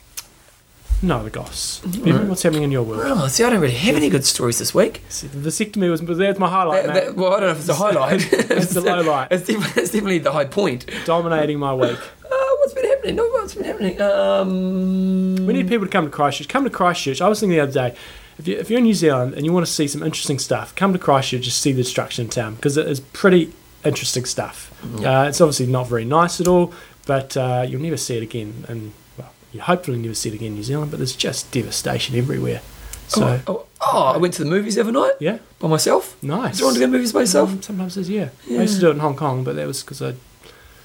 S2: No, the goss.
S1: Alright.
S2: What's happening in your world?
S1: Oh, see, I don't Mm-hmm. really have any good stories this week.
S2: See, the vasectomy was but that's my highlight,
S1: That-
S2: mate.
S1: that- well, I don't know if it's a highlight.
S2: That's the low light.
S1: it's, definitely, it's definitely the high point.
S2: Dominating my week.
S1: Uh, what's been happening? No, what's been happening? Um,
S2: We need people to come to Christchurch. Come to Christchurch. I was thinking the other day, if, you, if you're in New Zealand and you want to see some interesting stuff, come to Christchurch just see the destruction in town because it is pretty interesting stuff. Uh, it's obviously not very nice at all, but uh, you'll never see it again. And well, you hopefully never see it again in New Zealand, but there's just devastation everywhere. So,
S1: oh, oh, oh, I went to the movies the other night
S2: yeah,
S1: by myself.
S2: nice.
S1: Is it wrong to go to movies by yourself?
S2: Um, sometimes there's, yeah. I
S1: Yeah.
S2: used to do it in Hong Kong, but that was because I.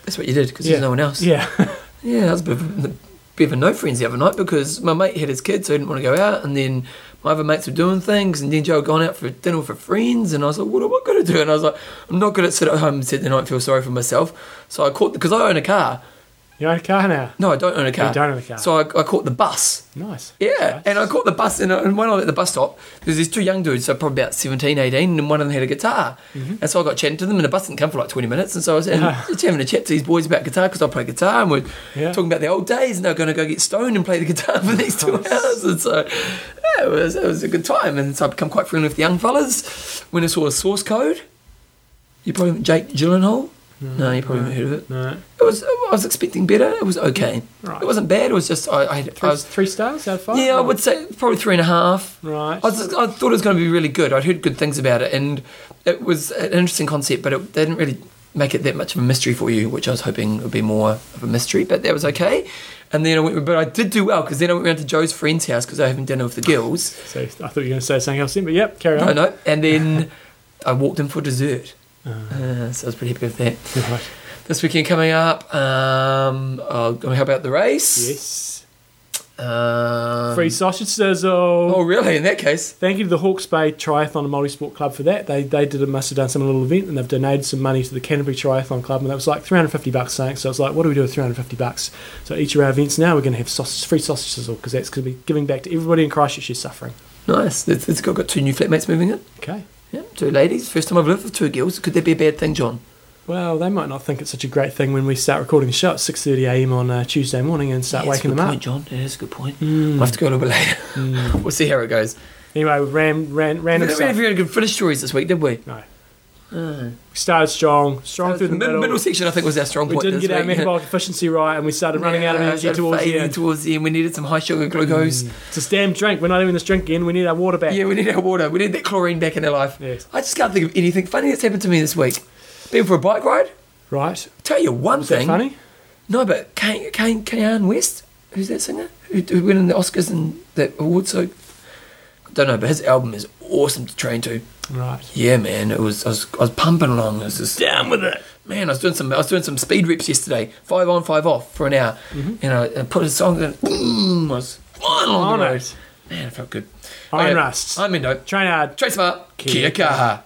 S1: That's what you did because
S2: Yeah.
S1: there's no one else.
S2: Yeah.
S1: yeah, that was a bit of, a bit of a no friends the other night because my mate had his kids, so he didn't want to go out, and then my other mates were doing things, and then Joe had gone out for dinner with her friends, and I was like, what am I going to do? And I was like, I'm not going to sit at home and sit there and not feel sorry for myself. So I caught because I own a car.
S2: You're in a car now.
S1: No, I don't own a car.
S2: don't own a car.
S1: So I, I caught the bus.
S2: Nice.
S1: Yeah,
S2: Nice.
S1: and I caught the bus, and, and when I was at the bus stop, there's these two young dudes, so probably about 17, 18, and one of them had a guitar.
S2: Mm-hmm.
S1: And so I got chatting to them, and the bus didn't come for like 20 minutes, and so I was and just having a chat to these boys about guitar because I play guitar, and we're
S2: Yeah.
S1: talking about the old days, and they're going to go get stoned and play the guitar for these two hours. And so yeah, it, was, it was a good time, and so I've become quite friendly with the young fellas. When I saw a source code, you probably, Jake Gyllenhaal? No, you probably haven't heard of it.
S2: No.
S1: It was, I was expecting better, it was okay.
S2: Right.
S1: It wasn't bad, it was just, I, I, had- I
S2: Three,
S1: was
S2: three stars out of five?
S1: yeah, I would say probably three and a half.
S2: Right.
S1: I, was, I thought it was going to be really good. I'd heard good things about it, and it was an interesting concept, but it they didn't really make it that much of a mystery for you, which I was hoping would be more of a mystery. But that was okay. And then I went, but I did do well because then I went round to Joe's friend's house because I was having dinner with the girls.
S2: So I thought you were going to say something else then, but yep, carry
S1: No,
S2: on.
S1: no, and then I walked in for dessert.
S2: Uh,
S1: Uh, so I was pretty happy with that.
S2: right.
S1: This weekend coming up, um, I'll go help out the race.
S2: Yes.
S1: Um,
S2: Free sausage sizzle.
S1: Oh, really? In that case,
S2: Thank you to the Hawke's Bay Triathlon and Multisport Club for that. They they did a, must have done some little event and they've donated some money to the Canterbury Triathlon Club and that was like 350 bucks something. So it's like, what do we do with 350 bucks? So each of our events now we're going to have sausage, free sausage sizzle because that's going to be giving back to everybody in Christchurch who's suffering.
S1: nice. It's, it's got, got two new flatmates moving in.
S2: Okay.
S1: Yeah, two ladies. First time I've lived with two girls. Could that be a bad thing, John?
S2: well, they might not think it's such a great thing when we start recording the show at 6.30am on uh, Tuesday morning and start
S1: Yeah, that's a
S2: waking
S1: good
S2: them
S1: point,
S2: up. Hmm.
S1: John. Yeah, that's a good point.
S2: Mm.
S1: We'll have to go a little bit later. we'll see how it goes.
S2: Anyway, we ran, ran,
S1: We
S2: random
S1: didn't really
S2: stuff.
S1: have any good finish stories this week, did we?
S2: No.
S1: No.
S2: Started strong, strong through the
S1: Mid-
S2: middle.
S1: section, I think, was our strong
S2: we
S1: point.
S2: didn't
S1: this
S2: get
S1: week.
S2: our metabolic efficiency right and we started running out of
S1: Yeah,
S2: energy
S1: started
S2: towards the
S1: fading
S2: end. Mm.
S1: towards the end. we needed some high sugar glucose.
S2: It's this damn drink. We're not having this drink again. We need our water back.
S1: Yeah, we need our water. We need that chlorine back in our life.
S2: Yes.
S1: I just can't think of anything funny that's happened to me this week. Been for a bike ride.
S2: Right.
S1: Tell you one
S2: Is that
S1: thing.
S2: funny?
S1: No, but Kane, Kane, Kane West, who's that singer who, who went in the Oscars and that award? So I don't know, but his album is awesome to train to.
S2: Right.
S1: Yeah, man, it was. I was, I was pumping along. I was just down with it. Man, I was doing some. I was doing some speed reps yesterday. Five on, five off for an hour. And I, I put a song in. Boom, I was flying along
S2: On
S1: the road.
S2: it.
S1: Man, it felt good.
S2: Iron
S1: Okay,
S2: Rust.
S1: I'm Endo.
S2: Train hard.
S1: Trade smart.
S2: Kia
S1: Kia kaha.